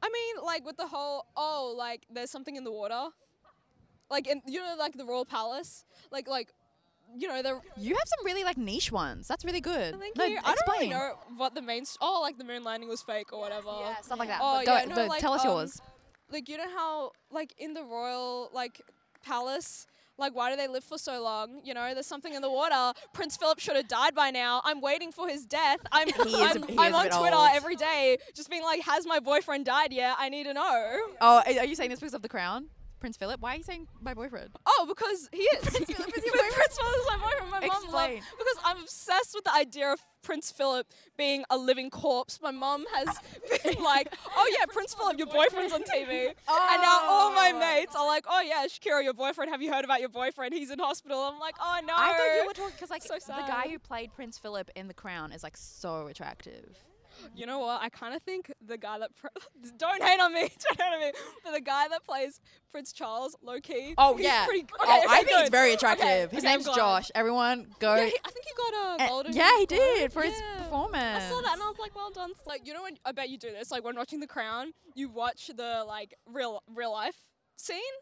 Speaker 18: I mean, like with the whole oh, like there's something in the water, like in you know, like the royal palace, like like you know the.
Speaker 1: You have some really like niche ones. That's really good.
Speaker 18: Thank
Speaker 1: no,
Speaker 18: you.
Speaker 1: explain.
Speaker 18: I don't really know what the main st- oh like the moon landing was fake or whatever. Yeah,
Speaker 1: stuff like that.
Speaker 18: Oh
Speaker 1: Go-
Speaker 18: yeah, no,
Speaker 1: go-
Speaker 18: like,
Speaker 1: tell us
Speaker 18: um,
Speaker 1: yours.
Speaker 18: Like you know how like in the royal like palace. Like, why do they live for so long? You know, there's something in the water. Prince Philip should have died by now. I'm waiting for his death. I'm,
Speaker 1: He is a-
Speaker 18: I'm,
Speaker 1: he
Speaker 18: I'm
Speaker 1: is a
Speaker 18: on
Speaker 1: bit
Speaker 18: Twitter
Speaker 1: old.
Speaker 18: every day just being like, has my boyfriend died yet? I need to know.
Speaker 1: Oh, are are you saying this because of the crown? Prince Philip? Why are you saying my boyfriend?
Speaker 18: Oh, because he is. Prince Philip is your boyfriend. Prince Philip is my boyfriend. My mom loved
Speaker 1: Explain.
Speaker 18: because I'm obsessed with the idea of Prince Philip being a living corpse. My mom has been like, "Oh yeah, Prince Philip, your boyfriend's on TV," and now
Speaker 1: Oh.
Speaker 18: all my mates are like, "Oh yeah, Shakira, your boyfriend. Have you heard about your boyfriend? He's in hospital." I'm like, "Oh no."
Speaker 1: I thought you were talking because like
Speaker 18: So
Speaker 1: the guy
Speaker 18: sad.
Speaker 1: who played Prince Philip in The Crown is like so attractive.
Speaker 18: You know what? I kind of think the guy that pr- don't hate on me, don't hate on me, but the guy that plays Prince Charles, low key.
Speaker 1: Oh
Speaker 18: he's
Speaker 1: yeah.
Speaker 18: pretty g-
Speaker 1: oh,
Speaker 18: okay,
Speaker 1: I
Speaker 18: okay,
Speaker 1: think he's
Speaker 18: good.
Speaker 1: very
Speaker 18: Okay,
Speaker 1: attractive. His
Speaker 18: okay, I'm
Speaker 1: name's
Speaker 18: glad.
Speaker 1: Josh. Everyone go.
Speaker 18: Yeah, he, I think he got a
Speaker 1: Uh,
Speaker 18: golden.
Speaker 1: yeah, he
Speaker 18: Globe.
Speaker 1: did for his
Speaker 18: Yeah.
Speaker 1: performance.
Speaker 18: I saw that and I was like, well done. Like, you know when I bet you do this. Like when watching The Crown, you watch the like real real life scene.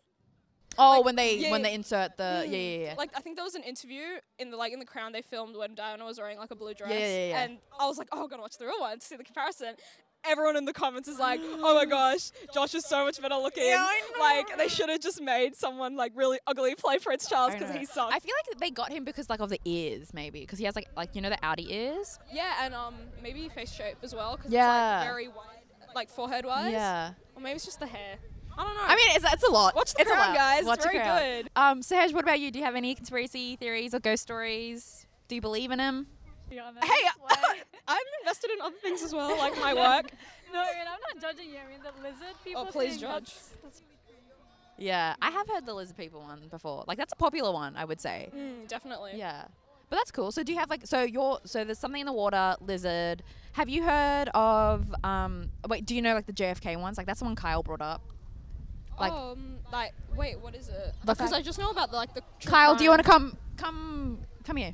Speaker 1: Oh, when they
Speaker 18: yeah,
Speaker 1: when
Speaker 18: yeah. Hmm.
Speaker 1: they insert the yeah yeah yeah.
Speaker 18: Like I think there was an interview in the like in The Crown they filmed when Diana was wearing like a blue dress,
Speaker 1: yeah, yeah.
Speaker 18: and I was like, oh, I'm gonna watch the real one to see the comparison. Everyone in the comments is like, oh my gosh, Josh is so much better looking.
Speaker 1: Yeah, I
Speaker 18: Like they should have just made someone like really ugly play Prince Charles
Speaker 1: I
Speaker 18: because
Speaker 1: know.
Speaker 18: he sucks.
Speaker 1: I feel like they got him because like of the ears maybe because he has like like you know the outie ears.
Speaker 18: Yeah, and um, maybe face shape as well, because
Speaker 1: Yeah.
Speaker 18: it's like very wide, like forehead wise.
Speaker 1: Yeah.
Speaker 18: Or maybe it's just the hair. I don't know.
Speaker 1: I mean, it's, it's a lot.
Speaker 18: Watch the
Speaker 1: it's
Speaker 18: Crown,
Speaker 1: a lot.
Speaker 18: guys.
Speaker 1: Watch
Speaker 18: it's very
Speaker 1: the Crown.
Speaker 18: good.
Speaker 1: Um, Sahaj, what about you? Do you have any conspiracy theories or ghost stories? Do you believe in them?
Speaker 18: Hey, I'm invested in other things as well, like my work. Oh,
Speaker 4: no, and I'm not judging you. I mean, the lizard people.
Speaker 18: please
Speaker 4: thing,
Speaker 18: judge.
Speaker 4: that's- that's really crazy.
Speaker 1: Yeah, I have heard the lizard people one before. Like that's a popular one, I would say.
Speaker 18: Mm, definitely.
Speaker 1: Yeah. But that's cool. So do you have like so your so there's something in the water, lizard. Have you heard of um wait, do you know like the JFK ones? Like that's the one Kyle brought up. Like
Speaker 18: um, like wait, what is it?
Speaker 1: Look,
Speaker 18: Because
Speaker 1: I-
Speaker 18: I just know about the, like the. true
Speaker 1: Kyle, do you
Speaker 18: crime.
Speaker 1: wanna come come come here?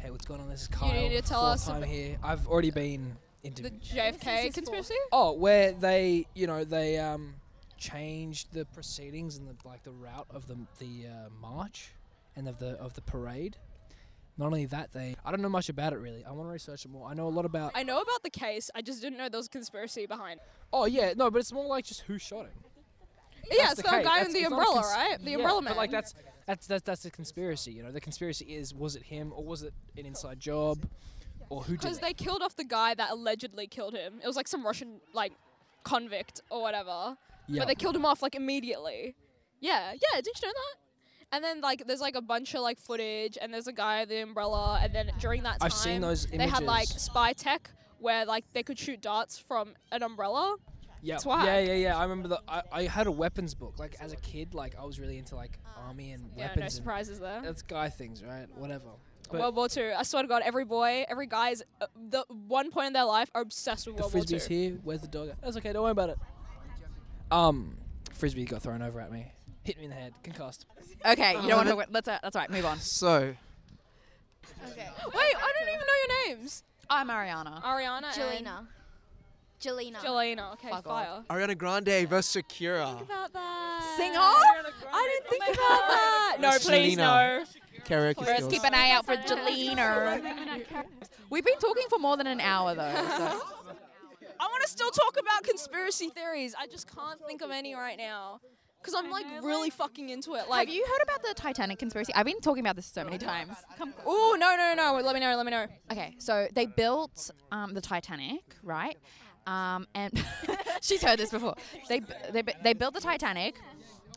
Speaker 19: Hey, what's going on? This is
Speaker 18: You
Speaker 19: Kyle.
Speaker 18: need to tell
Speaker 19: fourth
Speaker 18: us
Speaker 19: time
Speaker 18: about-
Speaker 19: here. I've already been
Speaker 18: The
Speaker 19: interviewed.
Speaker 18: JFK conspiracy?
Speaker 19: oh, where they, you know, they um, changed the proceedings and the like the route of the the uh, march and of the of the parade. Not only that, they I don't know much about it really. I want to research it more. I know a lot about.
Speaker 18: I know about the case. I just didn't know there was a conspiracy behind. it.
Speaker 19: oh yeah, no, but it's more like just who shot him.
Speaker 18: Yeah,
Speaker 19: That's the
Speaker 18: it's the,
Speaker 19: case.
Speaker 18: guy
Speaker 19: That's-
Speaker 18: in the
Speaker 19: it's not a
Speaker 18: umbrella,
Speaker 19: cons-
Speaker 18: right? The
Speaker 19: yeah,
Speaker 18: umbrella man.
Speaker 19: but like that's that's that's that's a conspiracy. You know, the conspiracy is was it him or was it an inside job, or who did
Speaker 18: Because
Speaker 19: it?
Speaker 18: they killed off the guy that allegedly killed him. It was like some Russian like convict or whatever.
Speaker 19: Yeah.
Speaker 18: But they killed him off like immediately. Yeah, yeah. Did you know that? And then like there's like a bunch of like footage and there's a guy with the umbrella and then during that time
Speaker 19: I've seen those
Speaker 18: they had like
Speaker 19: images.
Speaker 18: spy tech where like they could shoot darts from an umbrella.
Speaker 19: Yeah,
Speaker 18: It's wild.
Speaker 19: yeah, yeah, yeah. I remember the I, I had a weapons book. Like as a kid, like I was really into like army and
Speaker 18: Ah. Yeah,
Speaker 19: weapons.
Speaker 18: no
Speaker 19: and-
Speaker 18: surprises there.
Speaker 19: That's guy things, right? Whatever. But
Speaker 18: World War Two. I swear to God, every boy, every guy is uh, the one point in their life are obsessed with
Speaker 19: the
Speaker 18: World War
Speaker 19: frisbee's
Speaker 18: Two.
Speaker 19: here. Where's the dog? at? That's okay. Don't worry about it. Um, frisbee got thrown over at me. Hit me in the head. Concussed.
Speaker 1: Okay, you don't want to
Speaker 19: Oh,
Speaker 1: talk
Speaker 3: Uh-huh.
Speaker 1: about that's uh, that's all right, move on.
Speaker 19: So
Speaker 18: Wait, I don't even know your names.
Speaker 1: I'm Ariana.
Speaker 18: Ariana.
Speaker 2: Jelena. Jelena.
Speaker 18: Jelena. Okay,
Speaker 1: Fuck
Speaker 18: fire.
Speaker 16: Ariana Grande versus Shakira.
Speaker 18: about that.
Speaker 1: Sing
Speaker 18: I didn't think about
Speaker 1: Ah,
Speaker 18: that. No, please no.
Speaker 16: Karaoke
Speaker 1: Let's
Speaker 16: skills.
Speaker 1: keep an eye out for Jelena. We've been talking for more than an hour though. So.
Speaker 18: I want to still talk about conspiracy theories. I just can't think of any right now. because I'm like really fucking into it. Like,
Speaker 1: Have you heard about the Titanic conspiracy? I've been talking about this so many times. Come
Speaker 18: oh no no no! Let me know. Let me know.
Speaker 1: Okay, so they built um, the Titanic, right? Um, and she's heard this before. They bu- they bu- they built the Titanic,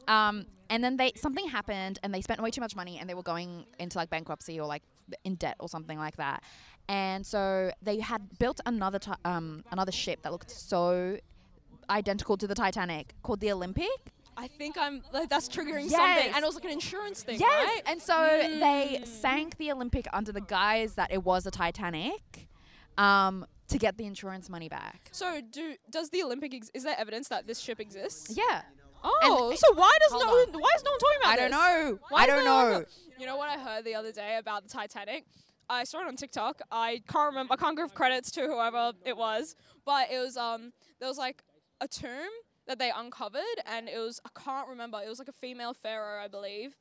Speaker 1: um, and then they something happened, and they spent way too much money, and they were going into like bankruptcy or like in debt or something like that. And so they had built another ti- um, another ship that looked so identical to the Titanic called the Olympic.
Speaker 18: I think I'm. Like, that's triggering
Speaker 1: Yes.
Speaker 18: something, and it was like an insurance thing,
Speaker 1: Yes,
Speaker 18: right? Hmm.
Speaker 1: and so they sank the Olympic under the guise that it was a Titanic, um, to get the insurance money back.
Speaker 18: So do does the Olympic ex- is there evidence that this ship exists?
Speaker 1: Yeah.
Speaker 18: Oh,
Speaker 1: And-
Speaker 18: so why does no
Speaker 1: Hold
Speaker 18: one,
Speaker 1: on.
Speaker 18: why is no one talking about
Speaker 1: I don't
Speaker 18: this?
Speaker 1: know.
Speaker 18: Why
Speaker 1: I
Speaker 18: is
Speaker 1: don't
Speaker 18: no one
Speaker 1: know.
Speaker 18: talking- You know what I heard the other day about the Titanic? I saw it on TikTok. I can't remember. I can't give credits to whoever it was, but it was um there was like a tomb that they uncovered, and it was I can't remember. It was like a female pharaoh, I believe,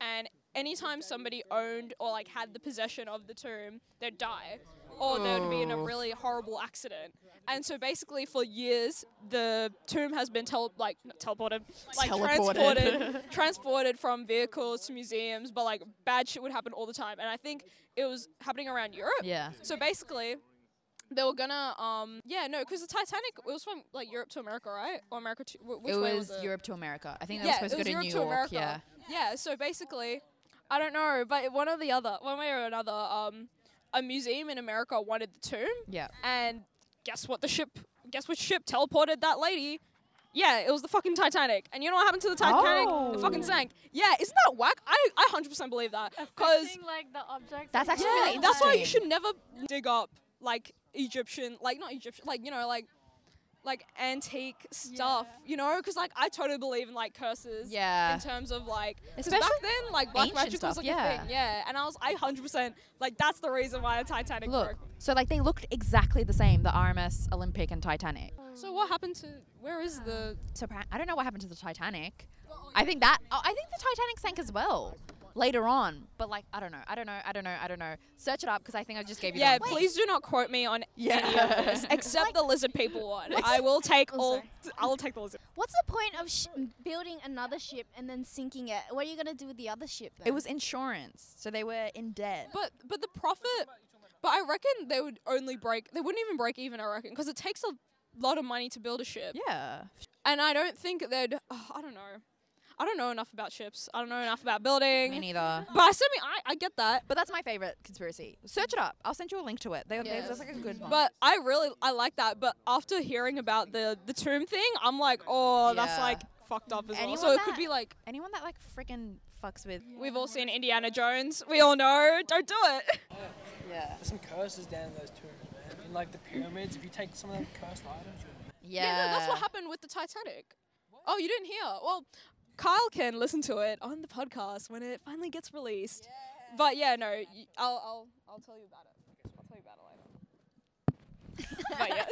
Speaker 18: and anytime somebody owned or like had the possession of the tomb, they'd die, or they'd be in a
Speaker 7: Oh.
Speaker 18: really horrible accident. And so basically, for years, the tomb has been tel- like not teleported, like
Speaker 7: Teleported.
Speaker 18: transported, transported from vehicles to museums. But like bad shit would happen all the time, and I think it was happening around Europe.
Speaker 1: Yeah.
Speaker 18: So basically. They were gonna, um, yeah, no, because the Titanic it was from like Europe to America, right? Or America to wh- which
Speaker 1: it
Speaker 18: way
Speaker 1: was,
Speaker 18: was it?
Speaker 1: Europe to America. I think they
Speaker 18: yeah,
Speaker 1: were
Speaker 18: it
Speaker 1: supposed to
Speaker 18: was
Speaker 1: go
Speaker 18: Europe
Speaker 1: to New
Speaker 18: to
Speaker 1: York.
Speaker 18: America.
Speaker 1: Yeah.
Speaker 18: Yeah, so basically, I don't know, but one or the other, one way or another, um, a museum in America wanted the tomb.
Speaker 1: Yeah.
Speaker 18: And guess what? The ship, guess which ship teleported that lady? Yeah, it was the fucking Titanic. And you know what happened to the Titanic? It fucking
Speaker 1: Oh.
Speaker 18: sank. Yeah, isn't that whack? I, I 100% believe that. Because.
Speaker 15: like the objects.
Speaker 1: That's actually
Speaker 18: Yeah,
Speaker 1: really
Speaker 18: That's why you
Speaker 1: interesting.
Speaker 18: should never dig up like Egyptian, like not Egyptian, like you know, like like antique stuff, you know, because like I totally believe in like curses.
Speaker 1: Yeah.
Speaker 18: In terms of like, 'cause back
Speaker 1: Especially
Speaker 18: then, like black
Speaker 1: ancient
Speaker 18: magic
Speaker 1: stuff,
Speaker 18: was like a
Speaker 1: yeah.
Speaker 18: thing. Yeah, and I was, I hundred percent like that's the reason why the Titanic
Speaker 1: Look,
Speaker 18: broke.
Speaker 1: so like they looked exactly the same, the RMS Olympic and Titanic.
Speaker 18: So what happened to where is the?
Speaker 1: Um, So appar- I don't know what happened to the Titanic. I think that oh, I think the Titanic sank as well later on, but like I don't know, I don't know, I don't know, I don't know. Search it up because I think I just gave you.
Speaker 18: Yeah,
Speaker 1: the wrong-
Speaker 18: please do not quote me on any of this except the lizard people one.
Speaker 1: what's-
Speaker 18: I will take
Speaker 1: Oh,
Speaker 18: all. I will take the lizard.
Speaker 2: What's the point of sh- building another ship and then sinking it? What are you gonna do with the other ship? Then?
Speaker 1: It was insurance, so they were in debt.
Speaker 18: But but the profit, but I reckon they would only break. They wouldn't even break even. I reckon because it takes a lot of money to build a ship.
Speaker 1: Yeah.
Speaker 18: And I don't think they'd. Oh, I don't know. I don't know enough about ships. I don't know enough about building.
Speaker 1: Me neither.
Speaker 18: But I still mean, I, I get that.
Speaker 1: But that's my favorite conspiracy. Search it up. I'll send you a link to it. They, they-
Speaker 18: Yes.
Speaker 1: That's like a good one.
Speaker 18: But I really I like that. But after hearing about the the tomb thing, I'm like, oh, that's
Speaker 1: Yeah.
Speaker 18: like fucked up as
Speaker 1: anyone
Speaker 18: well. So
Speaker 1: that,
Speaker 18: it could be like
Speaker 1: anyone that like freaking fucks with.
Speaker 18: we've all seen Indiana Jones. We all know. Don't do it.
Speaker 1: Yeah.
Speaker 19: There's some curses down in those tombs, man. In like the pyramids, if you take some of them cursed items,
Speaker 1: Yeah.
Speaker 18: no, that's what happened with the Titanic. Oh, you didn't hear? Well, Kyle can listen to it on the podcast when it finally gets released. But yeah, no, y- I'll, I'll I'll tell you about it. I'll tell you about it later. but yeah.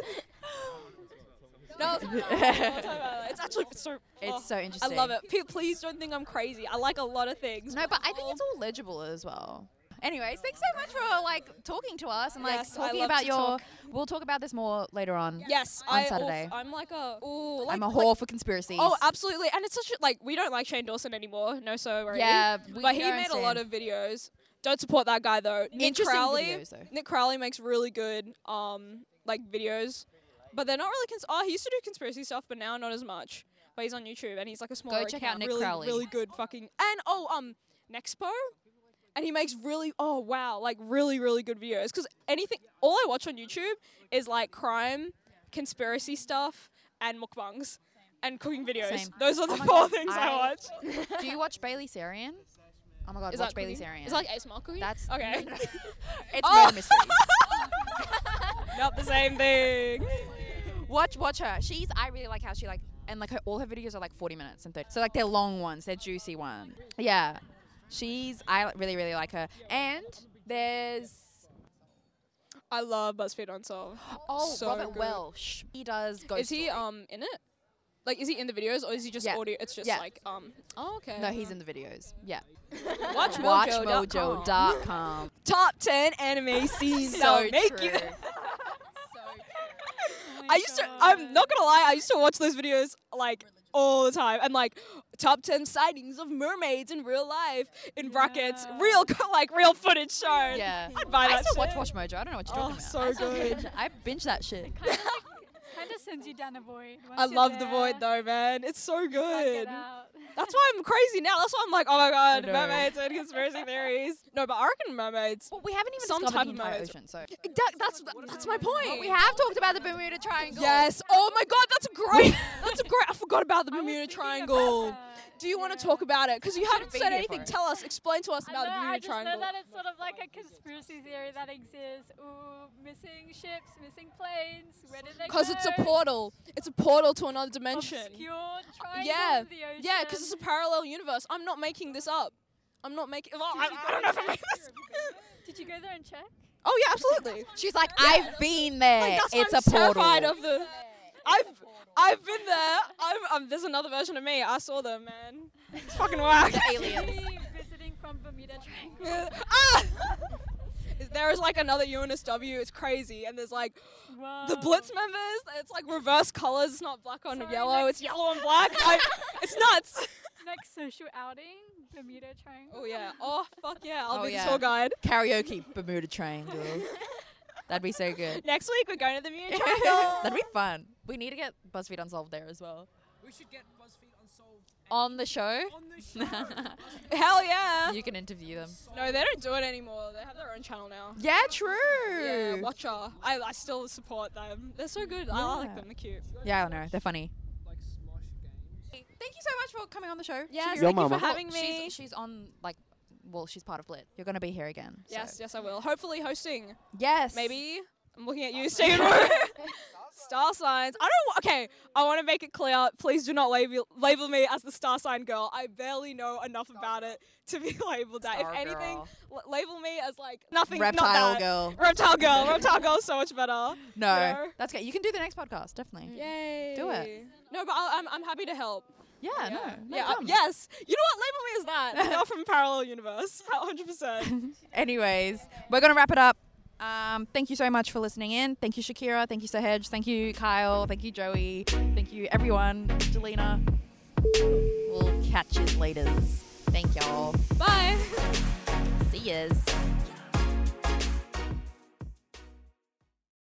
Speaker 18: No, it's not- I'll tell you about it later. it's actually so.
Speaker 1: It's
Speaker 18: oh,
Speaker 1: so
Speaker 18: I
Speaker 1: interesting.
Speaker 18: love it. Pe- please don't think I'm crazy. I like a lot of things.
Speaker 1: No, but I think it's all legible as well. Anyways, thanks so much for like talking to us and like
Speaker 18: Yes, I
Speaker 1: talking
Speaker 18: love
Speaker 1: about
Speaker 18: to
Speaker 1: your.
Speaker 18: talk.
Speaker 1: We'll talk about this more later on.
Speaker 18: Yes,
Speaker 1: on
Speaker 18: I also-
Speaker 1: Saturday.
Speaker 18: I'm like a ooh, like
Speaker 1: I'm a
Speaker 18: like-
Speaker 1: whore for conspiracies.
Speaker 18: Oh, absolutely. And it's such a, like we don't like Shane Dawson anymore. No, so worry.
Speaker 1: Yeah, we
Speaker 18: but he
Speaker 1: don't
Speaker 18: made a lot of videos. Don't support that guy though. Nick
Speaker 1: Interesting
Speaker 18: Crowley.
Speaker 1: videos, though.
Speaker 18: Nick Crowley makes really good um like videos, but they're not really cons. Oh, he used to do conspiracy stuff, but now not as much. But he's on YouTube and he's like a small.
Speaker 1: Go check out Nick
Speaker 18: really,
Speaker 1: Crowley.
Speaker 18: Really good fucking and oh um Nexpo. And he makes really, oh wow, like really, really good videos. Because anything, all I watch on YouTube is like crime, conspiracy stuff, and mukbangs, and cooking videos.
Speaker 1: Same.
Speaker 18: Those are the
Speaker 1: Oh my
Speaker 18: four
Speaker 1: God,
Speaker 18: things I,
Speaker 1: I-
Speaker 18: watch.
Speaker 1: Do you watch Bailey Sarian? Oh my god, watch Bailey
Speaker 18: cooking?
Speaker 1: Sarian.
Speaker 18: Is it like ASMR cooking?
Speaker 1: That's
Speaker 18: okay. Oh!
Speaker 1: it's murder mysteries.
Speaker 18: Not the same thing.
Speaker 1: Watch, watch her. She's. I really like how she like and like her, all her videos are like 40 minutes and 30. So like they're long ones, they're juicy ones. Yeah, she's. I li- really, really like her. And there's
Speaker 18: I love BuzzFeed Unsolved.
Speaker 1: oh
Speaker 18: So
Speaker 1: Robert
Speaker 18: good.
Speaker 1: Welsh. He does ghost.
Speaker 18: Is he um in it? Like, is he in the videos or is he just audio? It's just
Speaker 1: Yeah.
Speaker 18: like um. Oh, okay.
Speaker 1: No, he's in the videos. Yeah.
Speaker 18: Watch Mojo.com.
Speaker 1: Watchmojo.com.
Speaker 18: Top ten anime scenes
Speaker 1: So
Speaker 18: that'll make you.
Speaker 1: true. Oh
Speaker 18: I used to. I'm not gonna lie. I used to watch those videos like all the time, and like top 10 sightings of mermaids in real life in brackets real like real footage shown
Speaker 1: Yeah.
Speaker 18: I'd buy
Speaker 1: I
Speaker 18: that
Speaker 1: still watch
Speaker 18: shit.
Speaker 1: Watch Mojo. I don't know what you're
Speaker 18: Oh,
Speaker 1: talking about.
Speaker 18: so
Speaker 1: I still
Speaker 18: good.
Speaker 1: binge- I binge that shit.
Speaker 20: Kind of sends you down a void.
Speaker 18: I love the void though, man. It's so good. That's why I'm crazy now. That's why I'm like, oh my god,
Speaker 1: know.
Speaker 18: mermaids and conspiracy theories. No, but I reckon mermaids.
Speaker 1: Well, we haven't even
Speaker 18: some
Speaker 1: discovered
Speaker 18: type
Speaker 1: the
Speaker 18: of
Speaker 1: entire
Speaker 18: mermaids.
Speaker 1: ocean, so.
Speaker 18: That- that's that's my point.
Speaker 1: We have talked about the Bermuda Triangle.
Speaker 18: Yes. Oh my god, that's great. that's a great. I forgot about the Bermuda Triangle. Do you want to talk about it? Because you haven't
Speaker 20: been
Speaker 18: said
Speaker 20: here
Speaker 18: anything.
Speaker 20: for it.
Speaker 18: Tell us. Explain to us
Speaker 20: I
Speaker 18: about
Speaker 20: know,
Speaker 18: the
Speaker 20: I
Speaker 18: Bermuda
Speaker 20: just
Speaker 18: Triangle.
Speaker 20: know that it's sort of like a conspiracy theory that exists. Ooh, missing ships, missing planes. Where did they go?
Speaker 18: Because it's a portal. It's a portal to another dimension.
Speaker 20: Obscure triangle
Speaker 18: Yeah.
Speaker 20: of the
Speaker 18: Yeah, because it's a parallel universe. I'm not making this up. I'm not making. Well, I, I don't know if I'm making this.
Speaker 20: Did you go there and check?
Speaker 18: Oh yeah, absolutely.
Speaker 1: She's like, I've been there.
Speaker 18: Like, that's why
Speaker 1: it's
Speaker 18: I'm
Speaker 1: a portal.
Speaker 18: terrified of the. I've I've been there. I've, um, there's another version of me. I saw them, man. It's fucking whack.
Speaker 20: The aliens. Visiting from Bermuda Triangle.
Speaker 18: ah! There is like another UNSW. It's crazy, and there's like the
Speaker 20: Um.
Speaker 18: Blitz members. It's like reverse colors. It's not black on yellow. It's yellow on black. I, it's nuts.
Speaker 20: Next social outing, Bermuda Triangle.
Speaker 18: Oh yeah. Oh fuck yeah. I'll
Speaker 1: Oh,
Speaker 18: be
Speaker 1: yeah.
Speaker 18: the tour guide.
Speaker 1: Karaoke, Bermuda Triangle. That'd be so good.
Speaker 18: Next week we're going to the Bermuda Triangle.
Speaker 1: That'd be fun. We need to get BuzzFeed Unsolved there as well.
Speaker 19: We should get BuzzFeed Unsolved.
Speaker 1: On the show?
Speaker 18: Hell yeah.
Speaker 1: You can interview them.
Speaker 18: No, they don't do it anymore. They have their own channel now.
Speaker 1: Yeah, true.
Speaker 18: Yeah, Watcher. I, I still support them. They're so good. I like
Speaker 1: Yeah.
Speaker 18: them. They're cute.
Speaker 1: Yeah, I know. They're funny. Thank you so much for coming on the show.
Speaker 18: Yes,
Speaker 1: Shakira.
Speaker 18: Yo, thank you for mama. having me.
Speaker 1: She's, she's on, like, well, she's part of Blit. You're going to be here again. so.
Speaker 18: Yes, yes, I will. Hopefully hosting.
Speaker 1: Yes.
Speaker 18: Maybe. I'm looking at you, Stephen. star signs. I don't. wa- Okay. I want to make it clear. Please do not label label me as the star sign girl. I barely know enough about it to be labeled that.
Speaker 1: Star
Speaker 18: if anything,
Speaker 1: girl.
Speaker 18: l- label me as like nothing. not
Speaker 1: Reptile
Speaker 18: that.
Speaker 1: girl.
Speaker 18: Reptile girl. Reptile girl. is So much better.
Speaker 1: No,
Speaker 18: You know?
Speaker 1: that's good. You can do the next podcast, definitely.
Speaker 18: Yay.
Speaker 1: Do it.
Speaker 18: No, but I'll, I'm, I'm happy to help.
Speaker 1: Yeah,
Speaker 18: yeah.
Speaker 1: no, no
Speaker 18: yeah, uh,
Speaker 1: problem.
Speaker 18: yes. You know what? Label me as that. Girl from parallel universe. 100%.
Speaker 1: Anyways, we're gonna wrap it up. Um, thank you so much for listening in. Thank you, Shakira. Thank you, Sahej. Thank you, Kyle. Thank you, Joey. Thank you, everyone. Delina. We'll catch you later. Thank y'all.
Speaker 18: Bye.
Speaker 1: See yous.